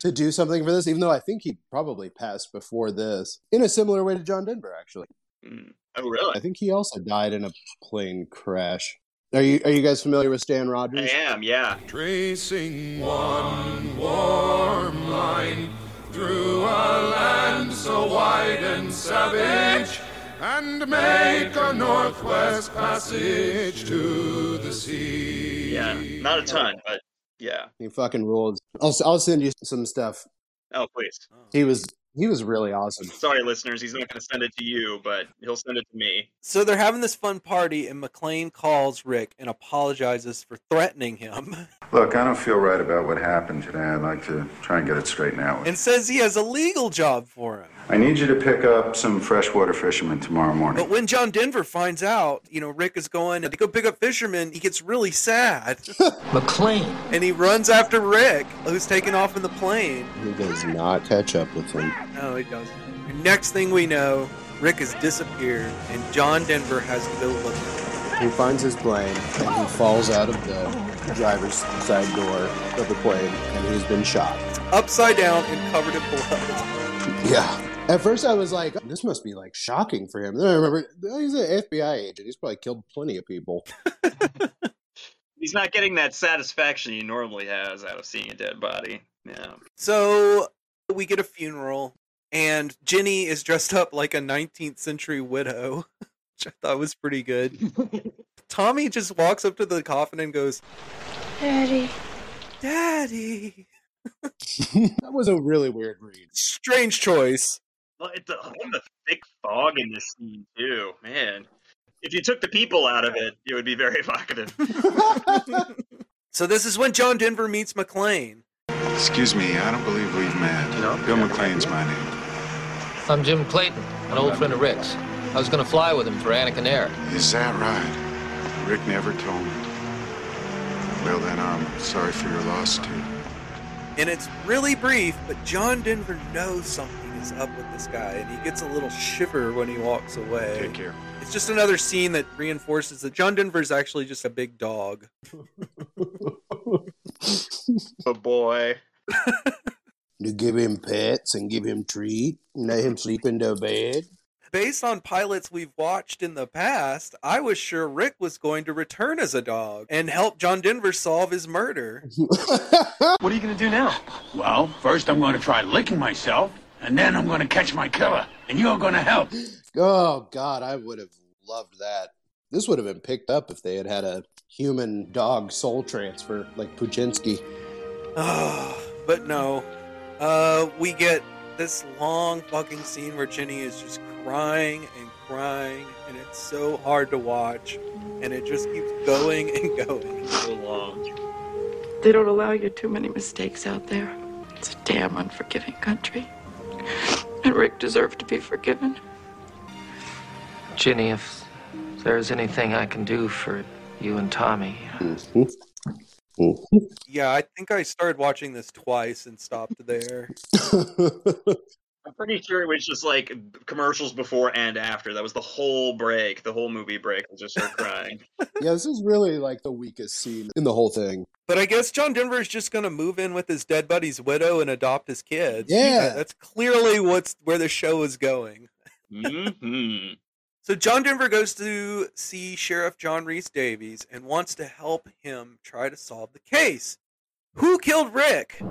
to do something for this, even though I think he probably passed before this. In a similar way to John Denver, actually. in. oh, really? I think he also died in a plane crash. Are you are you guys familiar with Stan Rogers? am, yeah. Tracing one warm line through a land so wide and savage, and make a northwest passage to the sea. Yeah, not a ton, but yeah. He fucking rules. I'll I'll send you some stuff. Oh, please. He was he was really awesome. Sorry, listeners, he's not gonna send it to you, but he'll send it to me. So they're having this fun party, and McLean calls Rick and apologizes for threatening him Look, I don't feel right about what happened today. I'd like to try and get it straightened out. and says he has a legal job for him. I need you to pick up some freshwater fishermen tomorrow morning. But when John Denver finds out, you know, Rick is going to go pick up fishermen, he gets really sad. McLean. And he runs after Rick, who's taking off in the plane. He does not catch up with him. No, he doesn't. Next thing we know, Rick has disappeared, and John Denver has to go look. He finds his plane and he falls out of the driver's side door of the plane and he's been shot. Upside down and covered in blood. Yeah. At first, I was like, this must be like shocking for him. Then I remember "Oh, he's an FBI agent. He's probably killed plenty of people. He's not getting that satisfaction he normally has out of seeing a dead body. Yeah. So we get a funeral, and Jenny is dressed up like a 19th century widow, which I thought was pretty good. Tommy just walks up to the coffin and goes, Daddy. Daddy. that was a really weird read. Strange choice. Well, it's a, all the thick fog in this scene too, man. If you took the people out of it, it would be very evocative. So this is when John Denver meets McLean. Excuse me, I don't believe we've met. Bill McLean's my name. I'm Jim Clayton, an old friend of Rick's. I was going to fly with him for Anakin Air. Is that right? Rick never told me. Well, then, I'm sorry for your loss, too. And it's really brief, but John Denver knows something is up with this guy, and he gets a little shiver when he walks away. Take care. It's just another scene that reinforces that John Denver is actually just a big dog. oh boy. You give him pets and give him treat, and let him sleep in the bed. Based on pilots we've watched in the past, I was sure Rick was going to return as a dog and help John Denver solve his murder. What are you gonna do now? Well, first I'm gonna try licking myself, and then I'm gonna catch my killer, and you're gonna help. Oh, God, I would have loved that. This would have been picked up if they had had a human dog soul transfer like Puchinsky. Ah, but no. Uh, we get this long fucking scene where Jenny is just crying and crying, and it's so hard to watch, and it just keeps going and going. So long. They don't allow you too many mistakes out there. It's a damn unforgiving country. And Rick deserved to be forgiven. Ginny, if there's anything I can do for you and Tommy. Mm-hmm. Yeah, I think I started watching this twice and stopped there. I'm pretty sure it was just like commercials before and after. That was the whole break, the whole movie break. was just her crying. yeah, this is really like the weakest scene in the whole thing. But I guess John Denver is just going to move in with his dead buddy's widow and adopt his kids. Yeah. that's clearly what's where the show is going. Mm-hmm. So John Denver goes to see Sheriff John Reese Davies and wants to help him try to solve the case. Who killed Rick?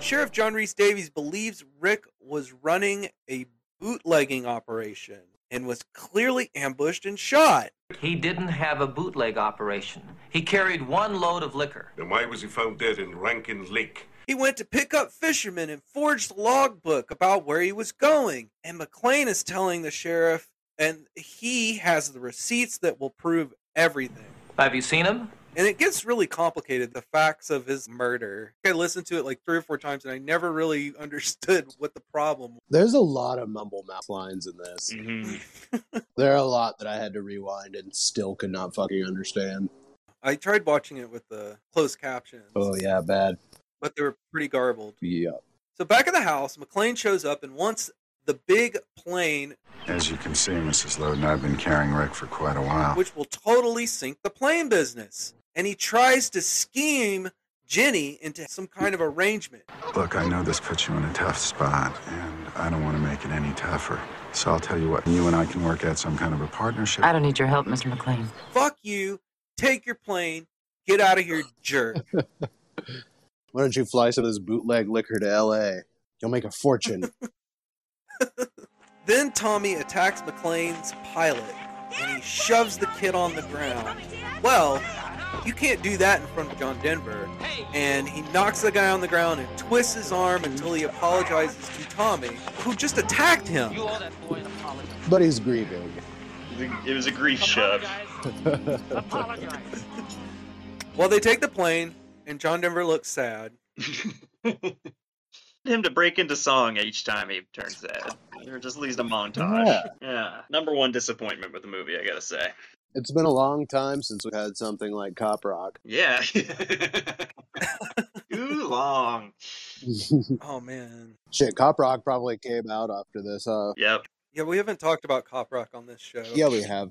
Sheriff John Reese Davies believes Rick was running a bootlegging operation and was clearly ambushed and shot. He didn't have a bootleg operation. He carried one load of liquor. Then why was he found dead in Rankin Lake? He went to pick up fishermen and forged a logbook about where he was going. And McLean is telling the sheriff, and he has the receipts that will prove everything. Have you seen him? And it gets really complicated, the facts of his murder. I listened to it like three or four times, and I never really understood what the problem was. There's a lot of mumble mouth lines in Mm. this. there are a lot that I had to rewind and still could not fucking understand. I tried watching it with the closed captions, Oh yeah, bad. but they were pretty garbled. Yeah. So back at the house, McLean shows up and wants the big plane, As you can see, Mrs. Loden, I've been carrying Rick for quite a while. which will totally sink the plane business. And he tries to scheme Jenny into some kind of arrangement. Look, I know this puts you in a tough spot, and I don't want to make it any tougher. So I'll tell you what, you and I can work out some kind of a partnership. I don't need your help, Mr. McLean. Fuck you, take your plane, get out of here, jerk. Why don't you fly some of this bootleg liquor to L.A.? You'll make a fortune. Then Tommy attacks McLean's pilot and he shoves the kid on the ground. Well, you can't do that in front of John Denver. And he knocks the guy on the ground and twists his arm until he apologizes to Tommy, who just attacked him. You owe that boy an apology. but he's grieving. It was a grief shove. Apologize. Well, they take the plane and John Denver looks sad. Him to break into song each time he turns that. Or just at least a montage. Yeah. yeah. Number one disappointment with the movie, I gotta say. It's been a long time since we had something like Cop Rock. Yeah. Too long. Oh, man. Shit, Cop Rock probably came out after this, huh? Yep. Yeah, we haven't talked about Cop Rock on this show. Yeah, we have.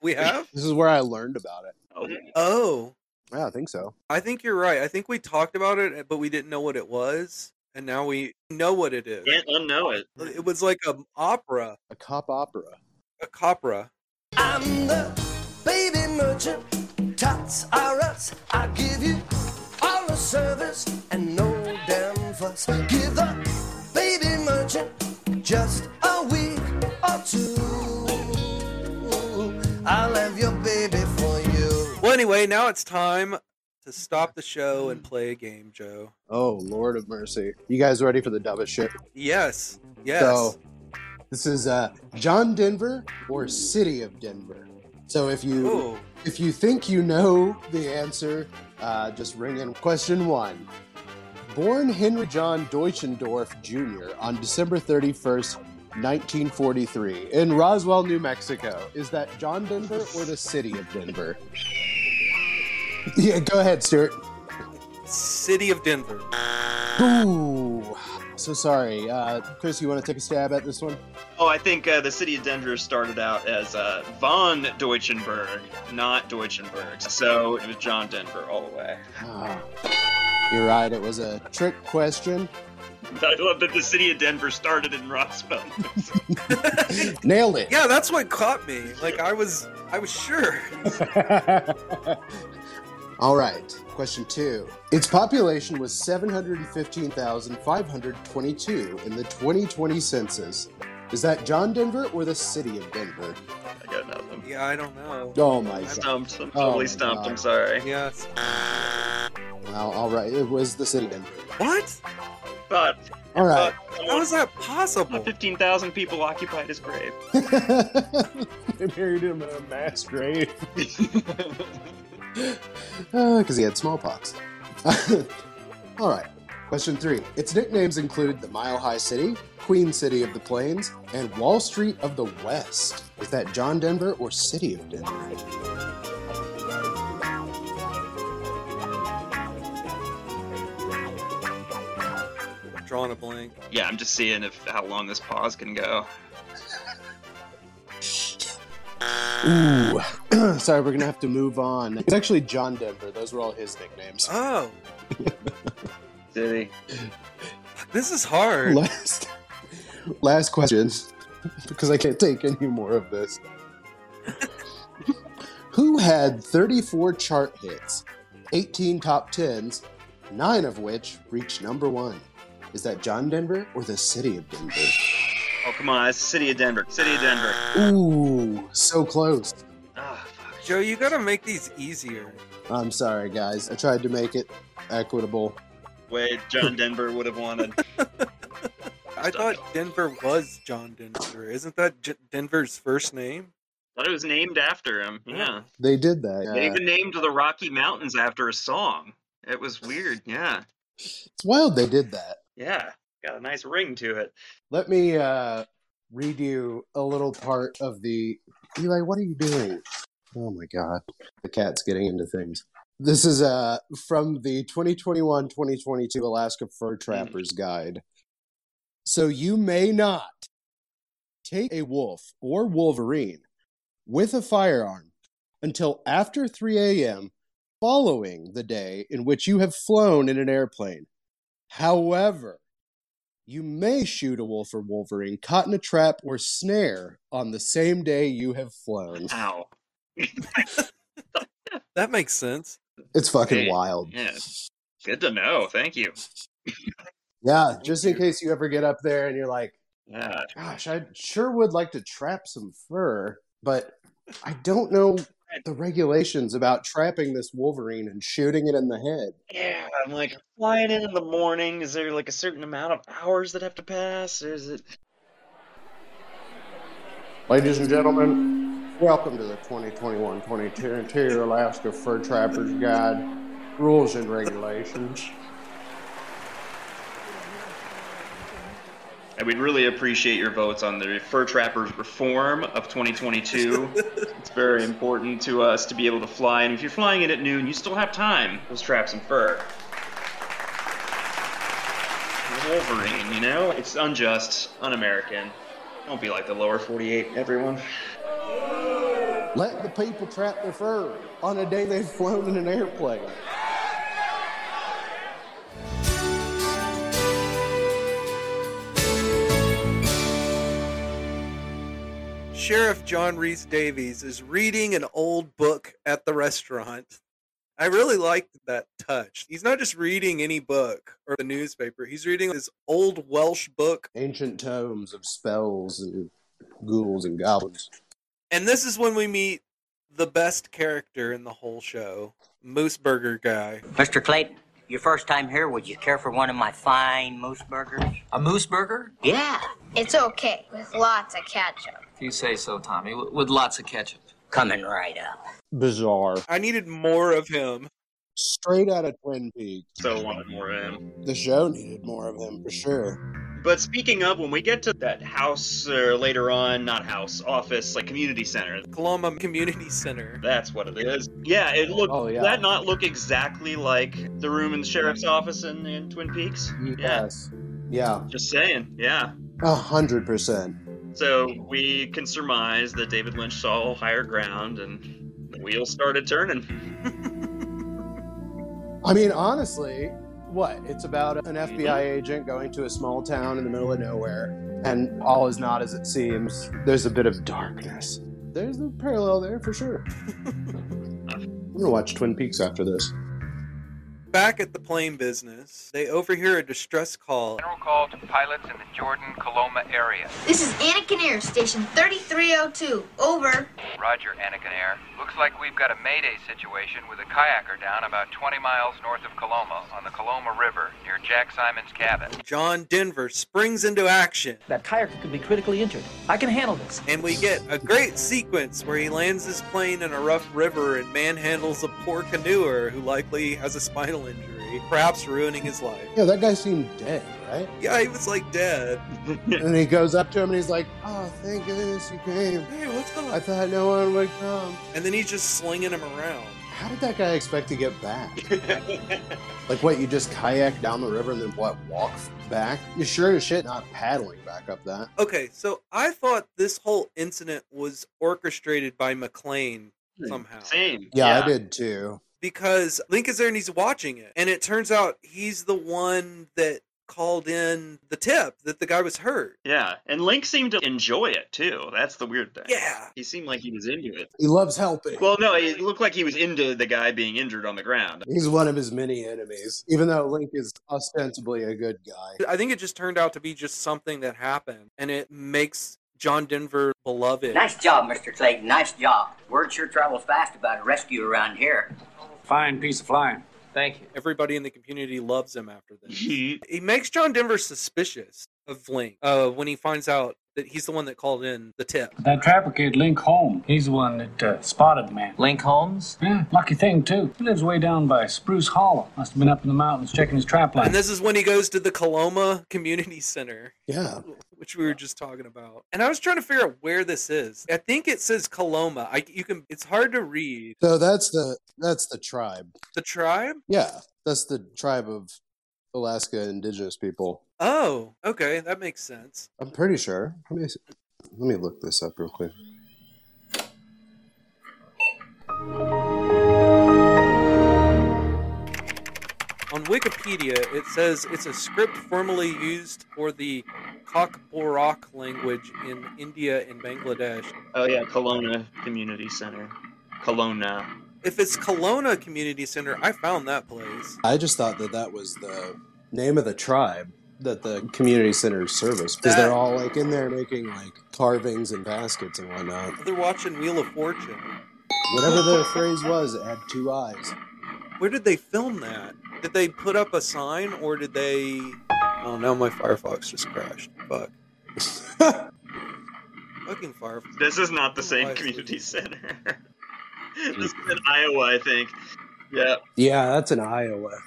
We have? This is where I learned about it. Oh, Oh, Yeah, I think so. I think you're right. I think we talked about it, eh, but we didn't know what it was. And now we know what it is. can't unknow it. It was like an opera, A cop opera. a copra. I'm the baby merchant. Tots are us. I give you all the service and no damn fuss. Give the baby merchant just a week or two. I'll have your baby for you. Well, anyway, now it's time to stop the show and play a game, Joe. Oh, Lord of Mercy. You guys ready for the dumbest shit? Yes, yes. So, this is uh, John Denver or City of Denver. So if you Ooh. if you think you know the answer, uh, just ring in question one. Born Henry John Deutschendorf Jr. on December 31st, 1943, in Roswell, New Mexico, is that John Denver or the City of Denver? yeah, go ahead, Stuart. City of Denver. Ooh, so sorry, uh, Chris. You want to take a stab at this one? Oh, I think uh, the city of Denver started out as uh, von Deutschenberg, not Deutschenberg. So it was John Denver all the way. Ah, you're right. It was a trick question. I love that the city of Denver started in Roswell. Nailed it. Yeah, that's what caught me. Like I was, I was sure. All right. Question two. Its population was 715,522 in the 2020 census. Is that John Denver or the city of Denver? I got nothing. Yeah, I don't know. Oh my god. Stumped. I'm Oh totally my stumped. God. I'm sorry. Yes. Well, all right. It was the city of Denver. What? But uh, All right. How is that Not possible? 15,000 people occupied his grave. they buried him in a mass grave. because Uh, he had smallpox. All right. Question three. Its nicknames include the Mile High City, Queen City of the Plains, and Wall Street of the West. Is that John Denver or City of Denver? drawing a blank. Yeah, I'm just seeing if how long this pause can go. Ooh. Sorry, we're going to have to move on. It's actually John Denver. Those were all his nicknames. Oh. Did This is hard. Last, last question, because I can't take any more of this. Who had 34 chart hits, 18 top 10s, nine of which reached number one? Is that John Denver or the city of Denver? Oh, come on. It's the city of Denver. City of Denver. Ah. Ah, Ooh, so close. Joe, you gotta make these easier. I'm sorry, guys. I tried to make it equitable. Way John Denver would have wanted. I thought Denver was John Denver. Isn't that J- Denver's first name? Thought it was named after him. Yeah. They did that. They yeah. even named the Rocky Mountains after a song. It was weird. Yeah. It's wild they did that. Yeah. Got a nice ring to it. Let me uh, read you a little part of the. Eli, what are you doing? Oh my God. The cat's getting into things. This is uh, from the 2021 2022 Alaska Fur Trappers Guide. So you may not take a wolf or wolverine with a firearm until after 3 a.m. following the day in which you have flown in an airplane. However, you may shoot a wolf or wolverine caught in a trap or snare on the same day you have flown. Ow. That makes sense. It's fucking Hey, wild. Yeah. Good to know. Thank you. Yeah, just in case you ever get up there and you're like, Yeah. gosh, I sure would like to trap some fur, but I don't know the regulations about trapping this wolverine and shooting it in the head. Yeah, I'm like flying in in the morning. Is there like a certain amount of hours that have to pass? Is it? Ladies and gentlemen, welcome to the 2021 2022 Alaska Fur Trappers Guide Rules and Regulations. And we'd really appreciate your votes on the fur trappers reform of 2022. it's very important to us to be able to fly. And if you're flying it at noon, you still have time. Let's trap some fur. Wolverine, you know, it's unjust, un-American. Don't be like the lower 48, everyone. Let the people trap their fur on a day they've flown in an airplane. Sheriff John Reese Davies is reading an old book at the restaurant. I really liked that touch. He's not just reading any book or the newspaper, he's reading this old Welsh book. Ancient tomes of spells and ghouls and goblins. And this is when we meet the best character in the whole show Moose Burger Guy. Mr. Clayton, your first time here, would you care for one of my fine moose burgers? A moose burger? Yeah. It's okay with lots of ketchup. If you say so, Tommy, w- with lots of ketchup. Coming right up. Bizarre. I needed more of him. Straight out of Twin Peaks. So wanted more of him. The show needed more of him for sure. But speaking of, when we get to that house or later on, not house, office, like community center, Kalama Community Center. that's what it is. Yeah, it looked. Oh, yeah. Did that not look exactly like the room in the sheriff's office in, in Twin Peaks? Yes. Yeah. Just saying. Yeah. A hundred percent. So we can surmise that David Lynch saw higher ground and the wheels started turning. I mean, honestly, what? It's about an FBI agent going to a small town in the middle of nowhere, and all is not as it seems. There's a bit of darkness. There's a parallel there for sure. I'm gonna watch Twin Peaks after this. Back at the plane business, they overhear a distress call. General call to pilots in the Jordan Coloma area. This is Anakin Air Station 3302. Over. Roger, Anakin Air. Looks like we've got a mayday situation with a kayaker down about 20 miles north of Coloma on the Coloma River near Jack Simon's cabin. John Denver springs into action. That kayaker could be critically injured. I can handle this. And we get a great sequence where he lands his plane in a rough river and manhandles a poor canoeer who likely has a spinal injury, perhaps ruining his life. Yeah, that guy seemed dead, right? Yeah, he was like dead. and he goes up to him and he's like, "Oh, thank goodness you came. Hey, what's up? I thought no one would come." And then he's just slinging him around. How did that guy expect to get back? like, what, you just kayak down the river and then what, walk back? You're sure as shit not paddling back up that. Okay, so I thought this whole incident was orchestrated by McLean somehow. Same. Yeah, I did too. because Link is there and he's watching it. And it turns out he's the one that called in the tip that the guy was hurt. Yeah, and Link seemed to enjoy it too. That's the weird thing. Yeah. He seemed like he was into it. He loves helping. Well, no, it looked like he was into the guy being injured on the ground. He's one of his many enemies, even though Link is ostensibly a good guy. I think it just turned out to be just something that happened and it makes John Denver beloved. Nice job, Mr. Clayton. Nice job. Word sure travels fast about a rescue around here. Fine piece of flying. Thank you. Everybody in the community loves him after this. he makes John Denver suspicious of Link uh, when he finds out that he's the one that called in the tip. That trapper kid, Link Holmes, he's the one that uh, spotted the man. Link Holmes? Yeah, lucky thing, too. He lives way down by Spruce Hollow. Must have been up in the mountains checking his trap line. And this is when he goes to the Coloma Community Center. Yeah. Which we were just talking about. And I was trying to figure out where this is. I think it says Coloma. I you can it's hard to read. So that's the that's the tribe. The tribe? Yeah, that's the tribe of Alaska indigenous people. Oh, okay, that makes sense. I'm pretty sure. Let me let me look this up real quick. On Wikipedia, it says it's a script formerly used for the Kokborok language in India and Bangladesh. Oh yeah, Kelowna Community Center. Kelowna. If it's Kelowna Community Center, I found that place. I just thought that that was the name of the tribe that the community center service because they're all like in there making like carvings and baskets and whatnot. They're watching Wheel of Fortune. Whatever the phrase was, it had two eyes. Where did they film that? Did they put up a sign or did they? Oh, now my Firefox just crashed. Fuck. Fucking Firefox. This is not the same community center. this is in Iowa, I think. Yeah. Yeah, that's in Iowa.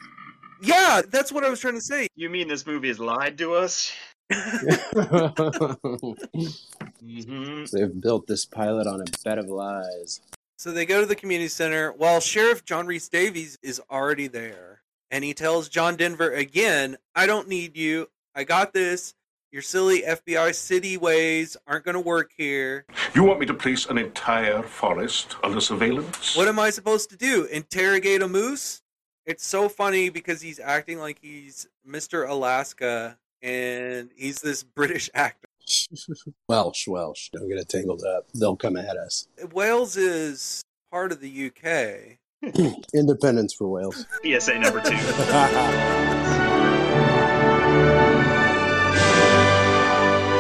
Yeah, that's what I was trying to say. You mean this movie has lied to us? Mm-hmm. They've built this pilot on a bed of lies. So they go to the community center while Sheriff John Reese Davies is already there. And he tells John Denver again, I don't need you. I got this. Your silly FBI city ways aren't going to work here. You want me to place an entire forest under surveillance? What am I supposed to do? Interrogate a moose? It's so funny because he's acting like he's Mr. Alaska and he's this British actor. Welsh, Welsh. Don't get it tangled up. They'll come at us. Wales is part of the UK. Independence for Wales. PSA number two.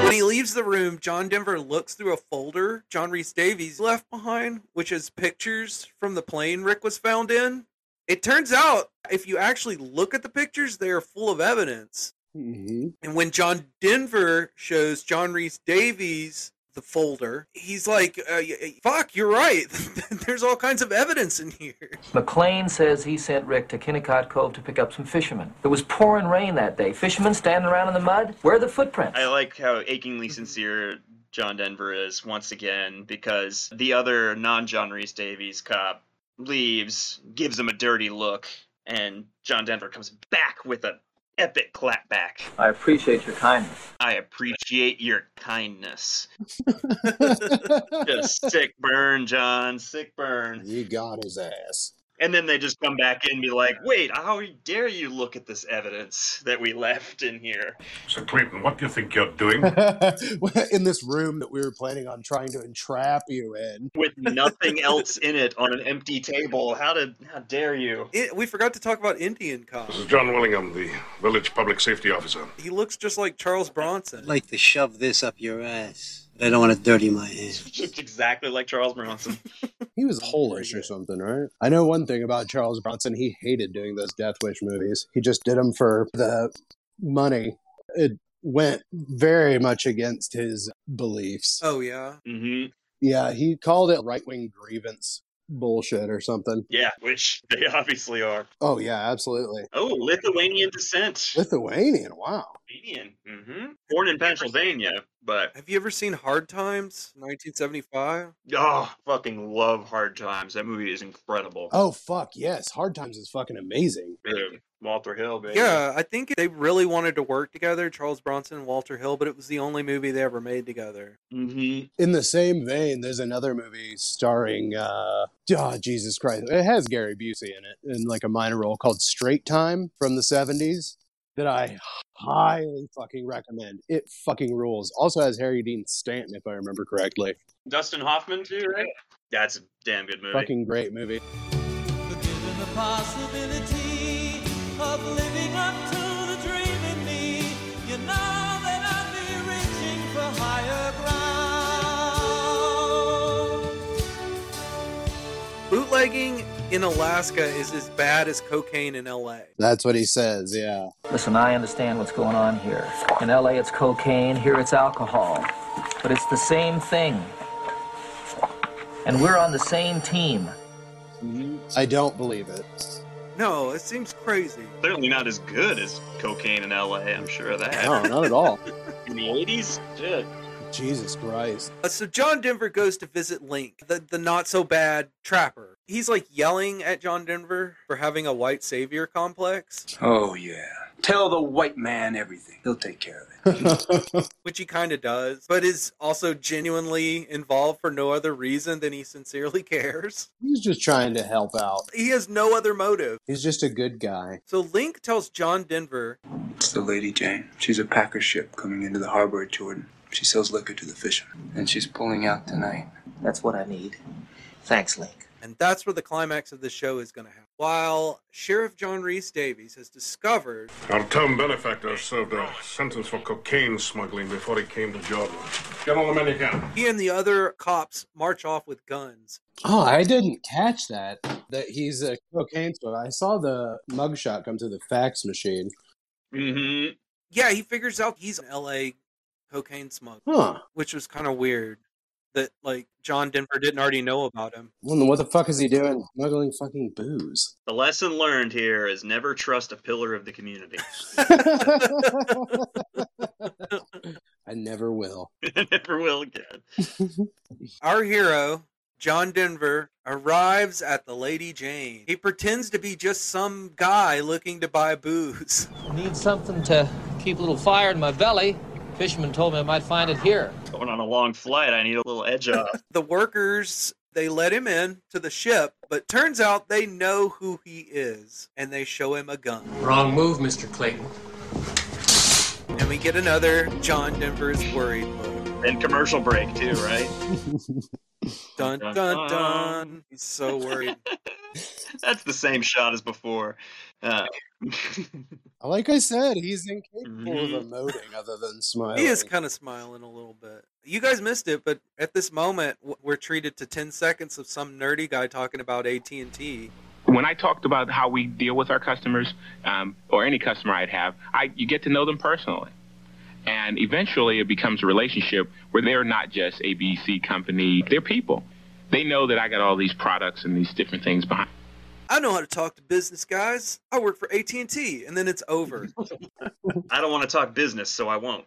When he leaves the room, John Denver looks through a folder John Reese Davies left behind, which is pictures from the plane Rick was found in. It turns out, if you actually look at the pictures, they are full of evidence. Mm-hmm. And when John Denver shows John Reese Davies the folder, he's like, uh, y- y- fuck, you're right. There's all kinds of evidence in here. McLean says he sent Rick to Kennecott Cove to pick up some fishermen. It was pouring rain that day. Fishermen standing around in the mud. Where are the footprints? I like how achingly sincere John Denver is once again because the other non John Reese Davies cop leaves, gives him a dirty look, and John Denver comes back with an epic clapback. I appreciate your kindness. I appreciate your kindness. Just sick burn, John. Sick burn. You got his ass. And then they just come back in and be like, wait, how dare you look at this evidence that we left in here? So, Clayton, what do you think you're doing? in this room that we were planning on trying to entrap you in. With nothing else in it on an empty table. How did how dare you? It, we forgot to talk about Indian Cop. This is John Willingham, the village public safety officer. He looks just like Charles Bronson. I'd like to shove this up your ass, but I don't want to dirty my hands. Looks exactly like Charles Bronson. He was Polish or something, right? I know one thing about Charles Bronson. He hated doing those Death Wish movies. He just did them for the money. It went very much against his beliefs. Oh, yeah. Mm-hmm. Yeah, he called it right wing grievance. bullshit or something. Yeah, which they obviously are. Oh yeah, absolutely. Oh, Lithuanian descent. Lithuanian, wow. Lithuanian. hmm Born in Pennsylvania, but Have you ever seen Hard Times, 1975? oh, fucking love Hard Times. That movie is incredible. Oh fuck yes, Hard Times is fucking amazing. Dude, Walter Hill, baby. Yeah, I think they really wanted to work together, Charles Bronson and Walter Hill, but it was the only movie they ever made together. Mm-hmm. In the same vein, there's another movie starring uh oh, Jesus Christ. It has Gary Busey in it in like a minor role called Straight Time from the 70s that I highly fucking recommend. It fucking rules. Also has Harry Dean Stanton if I remember correctly. Dustin Hoffman too, right? That's a damn good movie. Fucking great movie. given the possibility of living up to the dream in me, you know that I'd be reaching for higher ground. Bootlegging in Alaska is as bad as cocaine in LA. That's what he says, yeah. Listen, I understand what's going on here. In LA, it's cocaine, here, it's alcohol. But it's the same thing. And we're on the same team. I don't believe it. No, it seems crazy. Certainly not as good as cocaine in LA, I'm sure of that. No, not at all. in the eighties? Shit. Jesus Christ. Uh, so John Denver goes to visit Link, the, the not so bad trapper. He's like yelling at John Denver for having a white savior complex, Oh, yeah. Tell the white man everything. He'll take care of it. which he kind of does, but is also genuinely involved for no other reason than he sincerely cares. He's just trying to help out. He has no other motive. He's just a good guy. So Link tells John Denver, It's the Lady Jane. She's a packer ship coming into the harbor at Jordan. She sells liquor to the fishermen. And she's pulling out tonight. That's what I need. Thanks, Link. and that's where the climax of the show is going to happen. While Sheriff John Reese Davies has discovered Our town benefactor served a sentence for cocaine smuggling before he came to Jordan. Get all the men you can. he and the other cops march off with guns. Oh, I didn't catch that. That he's a cocaine smuggler. I saw the mugshot come through the fax machine. Mm-hmm. Yeah, he figures out he's an LA cocaine smuggler, Huh. which was kind of weird that like John Denver didn't already know about him. Well, what the fuck is he doing? Smuggling fucking booze. The lesson learned here is never trust a pillar of the community. I never will. never will again. Our hero, John Denver, arrives at the Lady Jane. He pretends to be just some guy looking to buy booze. Need something to keep a little fire in my belly. Fisherman told me I might find it here. Going on a long flight, I need a little edge up. The workers they let him in to the ship, but turns out they know who he is and they show him a gun. Wrong move, Mr. Clayton. And we get another John Denver is worried look. and commercial break too, right? Dun dun dun. He's so worried. That's the same shot as before. Uh, Like I said, he's incapable of emoting other than smiling. He is kind of smiling a little bit. You guys missed it, but at this moment, w- we're treated to ten seconds of some nerdy guy talking about AT and T. when I talked about how we deal with our customers um, or any customer I'd have, I, you get to know them personally. And eventually it becomes a relationship where they're not just ABC company, they're people. They know that I got all these products and these different things behind. I know how to talk to business guys. I work for AT and T, and then it's over. I don't want to talk business, so I won't.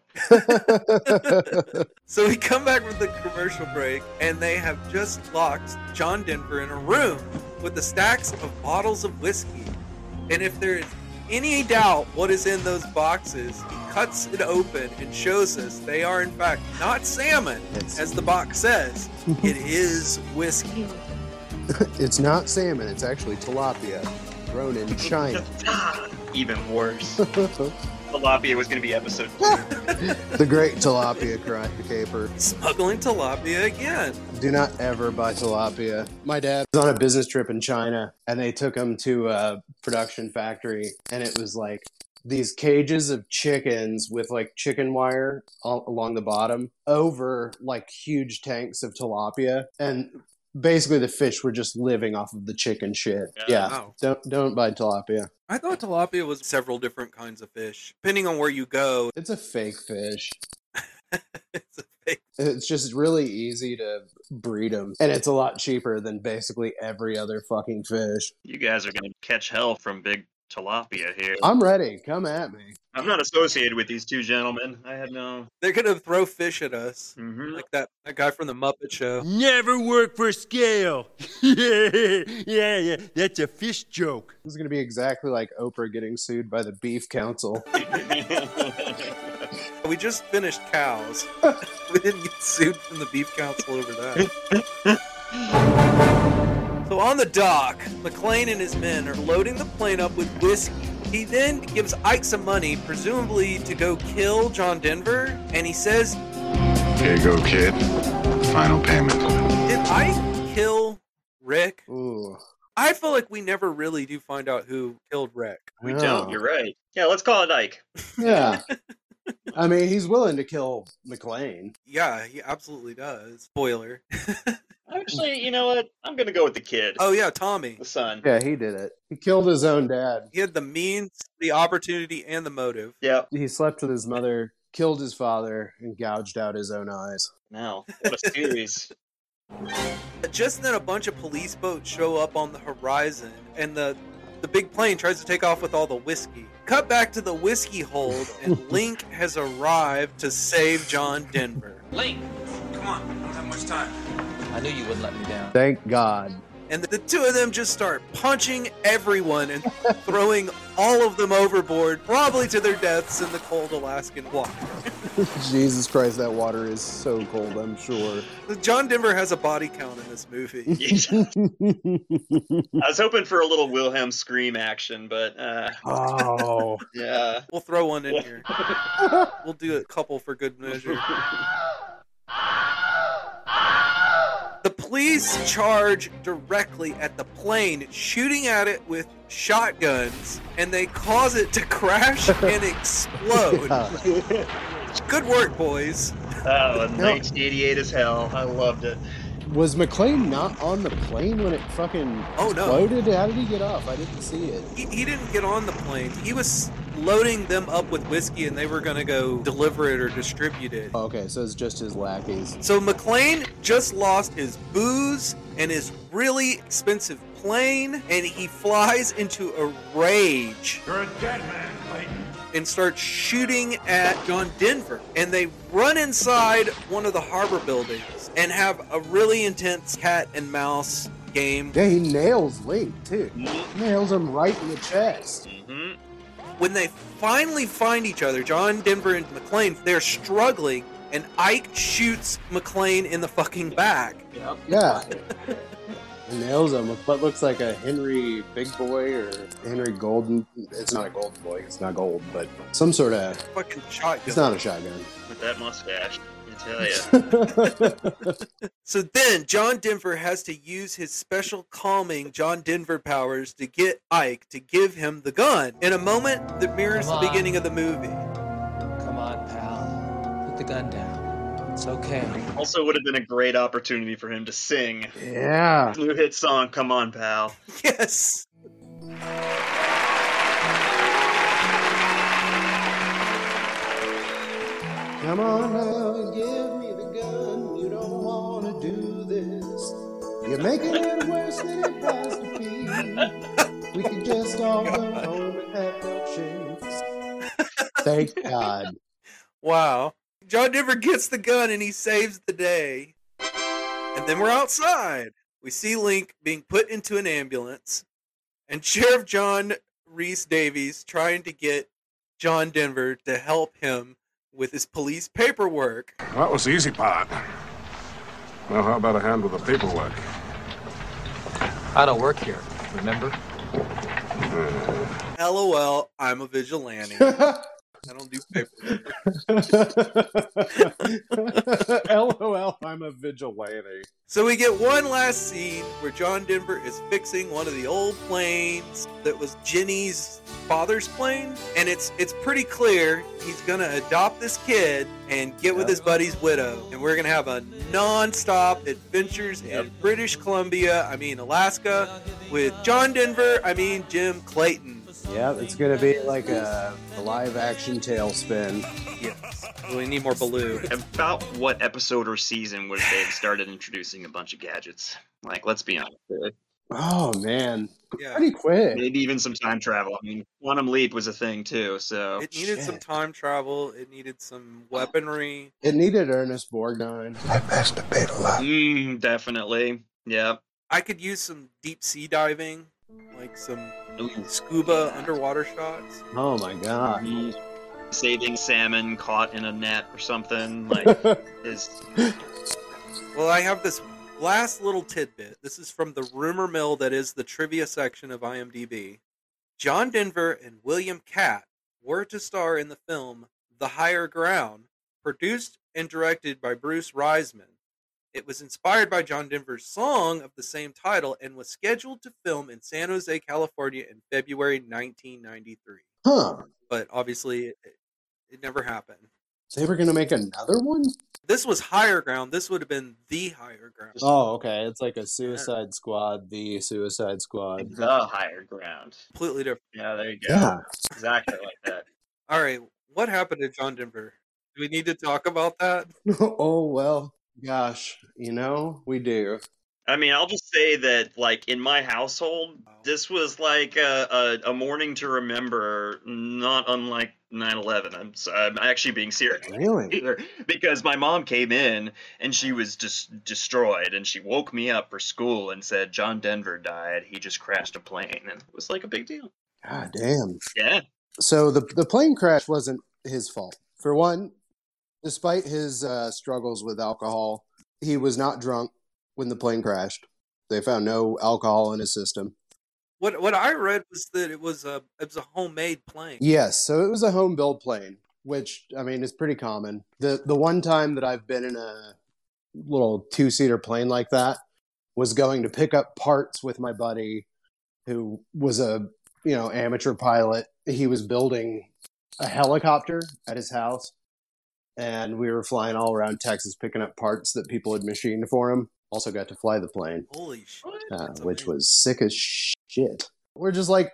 so we come back from the commercial break, and they have just locked John Denver in a room with the stacks of bottles of whiskey. And if there is any doubt what is in those boxes, he cuts it open and shows us they are, in fact, not salmon, as the box says. It is whiskey. it's not salmon. It's actually tilapia, grown in China. Even worse. the Tilapia was going to be episode two. great tilapia cri- caper. Smuggling tilapia again. Do not ever buy tilapia. My dad was on a business trip in China and they took him to a production factory and it was like these cages of chickens with like chicken wire all along the bottom over like huge tanks of tilapia and basically the fish were just living off of the chicken shit. Yeah. Yeah. Wow. Don't don't buy tilapia. I thought tilapia was several different kinds of fish, depending on where you go. It's a fake fish. It's just really easy to breed them, and it's a lot cheaper than basically every other fucking fish. You guys are gonna catch hell from big tilapia here. I'm ready. Come at me. I'm not associated with these two gentlemen. I had no. mm-hmm. They're gonna throw fish at us, Mm. like that that guy from the Muppet Show. Never work for scale. yeah, yeah, yeah. That's a fish joke. This is going to be exactly like Oprah getting sued by the Beef Council. We just finished cows. we didn't get sued from the beef council over that. so on the dock, McLean and his men are loading the plane up with whiskey. He then gives Ike some money, presumably to go kill John Denver, and he says, Here you go, kid. Final payment. Did Ike kill Rick? Ooh. I feel like we never really do find out who killed Rick. We don't. You're right. Yeah, let's call it Ike. Oh. Yeah. I mean, he's willing to kill McLean. Yeah, he absolutely does. Spoiler. Actually, you know what? I'm gonna go with the kid. Oh yeah, Tommy, the son. Yeah, he did it. He killed his own dad. He had the means, the opportunity, and the motive. Yeah. He slept with his mother, killed his father, and gouged out his own eyes. Now, what a series. Just then, a bunch of police boats show up on the horizon, and the the big plane tries to take off with all the whiskey. Cut back to the whiskey hold, and Link has arrived to save John Denver. Link! Come on, I don't have much time. I knew you wouldn't let me down. Thank God. And the two of them just start punching everyone and throwing all of them overboard, probably to their deaths in the cold Alaskan water. Jesus Christ, that water is so cold, I'm sure. John Denver has a body count in this movie. I was hoping for a little Wilhelm scream action, but uh, oh. yeah. We'll throw one in here. we'll do a couple for good measure. The police charge directly at the plane, shooting at it with shotguns, and they cause it to crash and explode. Good work, boys. Oh, 1988 as hell. I loved it. Was McLean not on the plane when it fucking Oh, no. exploded? How did he get off? I didn't see it. He, he didn't get on the plane. He was loading them up with whiskey, and they were going to go deliver it or distribute it. Oh, okay, so it's just his lackeys. So McLean just lost his booze and his really expensive plane, and he flies into a rage. You're a dead man, Clayton. And starts shooting at John Denver. And they run inside one of the harbor buildings and have a really intense cat and mouse game. Yeah, he nails Link too. Nails him right in the chest. When they finally find each other, John Denver and McLean, they're struggling, and Ike shoots McLean in the fucking back. Yeah. He nails him with what looks like a Henry Big Boy or Henry Golden. It's not a Golden Boy. It's not gold, but some sort of. Fucking shotgun. It's not a shotgun. With that mustache, I tell you. So then John Denver has to use his special calming John Denver powers to get Ike to give him the gun in a moment that mirrors Come the on. beginning of the movie. Come on, pal. Put the gun down. It's okay. also, would have been a great opportunity for him to sing. Yeah. New hit song, Come On, Pal. Yes. Come on now, give me the gun. You don't want to do this. You're making it worse than it has to be. We could just all go home and have milkshakes. Thank God. Wow. John Denver gets the gun and he saves the day. And then we're outside. We see Link being put into an ambulance and Sheriff John Reese Davies trying to get John Denver to help him with his police paperwork. That was the easy part. Now, how about a hand with the paperwork? I don't work here, remember? LOL, I'm a vigilante. I don't do paperwork. LOL, I'm a vigilante. So we get one last scene where John Denver is fixing one of the old planes that was Jenny's father's plane, and it's it's pretty clear he's gonna adopt this kid and get with his buddy's widow, and we're gonna have a non-stop adventures in British Columbia, I mean Alaska, with John Denver, I mean Jim Clayton. Yeah, it's gonna be like a, a live action tailspin. Yes. We need more Baloo. About what episode or season was they started introducing a bunch of gadgets? Like, let's be honest. eh, Oh man, pretty quick. Maybe even some time travel. I mean, Quantum Leap was a thing too, so. It needed some time travel. It needed some weaponry. It needed Ernest Borgnine. I masturbate a lot. Mm, definitely. Yeah. I could use some deep sea diving, like some scuba underwater shots. Oh my god. Mm, Saving salmon caught in a net or something. Like, is. Well, I have this last little tidbit. This is from the rumor mill that is the trivia section of IMDb. John Denver and William Catt were to star in the film The Higher Ground, produced and directed by Bruce Reisman. It was inspired by John Denver's song of the same title and was scheduled to film in San Jose, California in February 1993. Huh? But obviously, it, it never happened. They were gonna make another one? This was higher ground. This would have been the higher ground. Oh, okay. It's like a Suicide Squad, the Suicide Squad. The higher ground. Completely different. Yeah, there you go. Yeah. Exactly like that. All right. What happened to John Denver? Do we need to talk about that? oh well, gosh, you know we do. I mean, I'll just say that, like, in my household, this was like a, a, a morning to remember, not unlike 9 11. I'm, so- I'm actually being serious. Really? Either, because my mom came in and she was just destroyed, and she woke me up for school and said, John Denver died. He just crashed a plane. And it was like a big deal. God damn. Yeah. So the the plane crash wasn't his fault. For one, despite his uh, struggles with alcohol, he was not drunk when the plane crashed. They found no alcohol in his system. What what I read was that it was a it was a homemade plane. Yes, so it was a home built plane, which I mean is pretty common. The the one time that I've been in a little two seater plane like that was going to pick up parts with my buddy who was a you know amateur pilot. He was building a helicopter at his house and we were flying all around Texas picking up parts that people had machined for him. Also got to fly the plane. Holy shit. uh, which was sick as shit. We're just like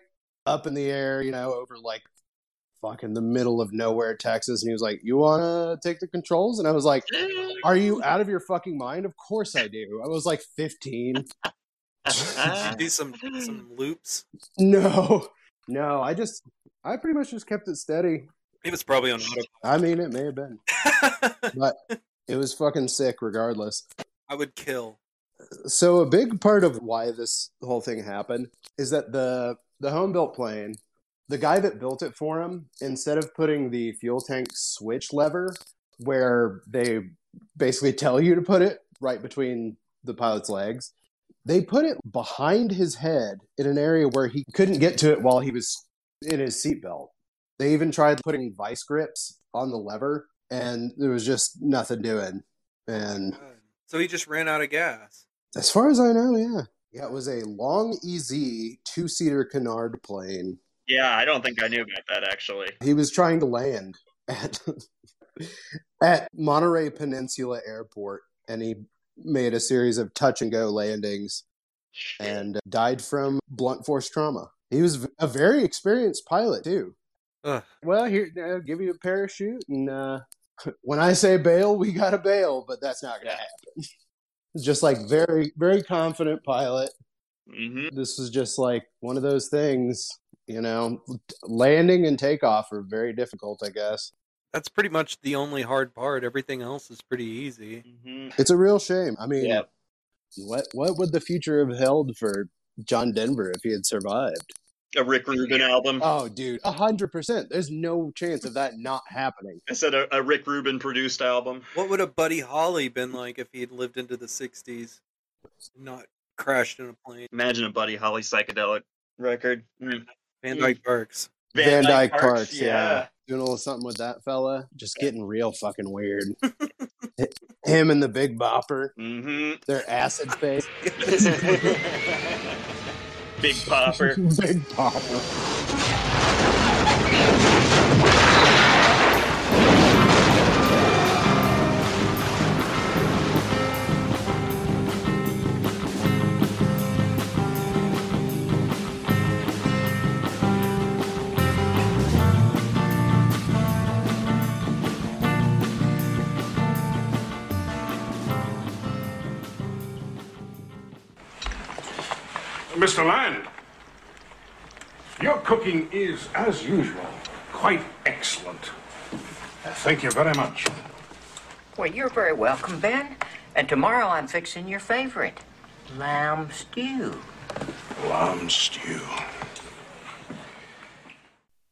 up in the air, you know, over like fucking the middle of nowhere, Texas. And he was like, You want to take the controls? And I was like, Are you out of your fucking mind? Of course I do. I was like 15. Did you do some some loops. no, no, I just, I pretty much just kept it steady. It was probably on auto. I mean, it may have been, but it was fucking sick regardless. I would kill. so a big part of why this whole thing happened is that the the home built plane the guy that built it for him instead of putting the fuel tank switch lever where they basically tell you to put it right between the pilot's legs they put it behind his head in an area where he couldn't get to it while he was in his seatbelt they even tried putting vice grips on the lever and there was just nothing doing and So he just ran out of gas. as far as I know, yeah. Yeah, it was a long EZ two seater Canard plane. Yeah, I don't think I knew about that actually. He was trying to land at at Monterey Peninsula Airport and he made a series of touch and go landings and died from blunt force trauma. He was a very experienced pilot too. Well, here I'll give you a parachute and uh when I say bail, we got to bail, but that's not going to happen. It's just like very, very confident pilot. Mm-hmm. This was just like one of those things, you know, landing and takeoff are very difficult, I guess. That's pretty much the only hard part. Everything else is pretty easy. Mm-hmm. It's a real shame. I mean, what what would the future have held for John Denver if he had survived? A Rick Rubin album. Oh, dude, a hundred percent. There's no chance of that not happening. I said a, a Rick Rubin produced album. What would a Buddy Holly been like if he had lived into the '60s, not crashed in a plane? Imagine a Buddy Holly psychedelic record. Mm. Van Dyke Parks. Van, Dyke Parks, yeah. Doing a little something with that fella. Just getting real fucking weird. H- Him and the Big Bopper. Mm-hmm. Their acid face. Big Popper. Big Popper. Mr. Land, your cooking is, as usual, quite excellent. Thank you very much. Well, you're very welcome, Ben. And tomorrow I'm fixing your favorite lamb stew. Lamb stew.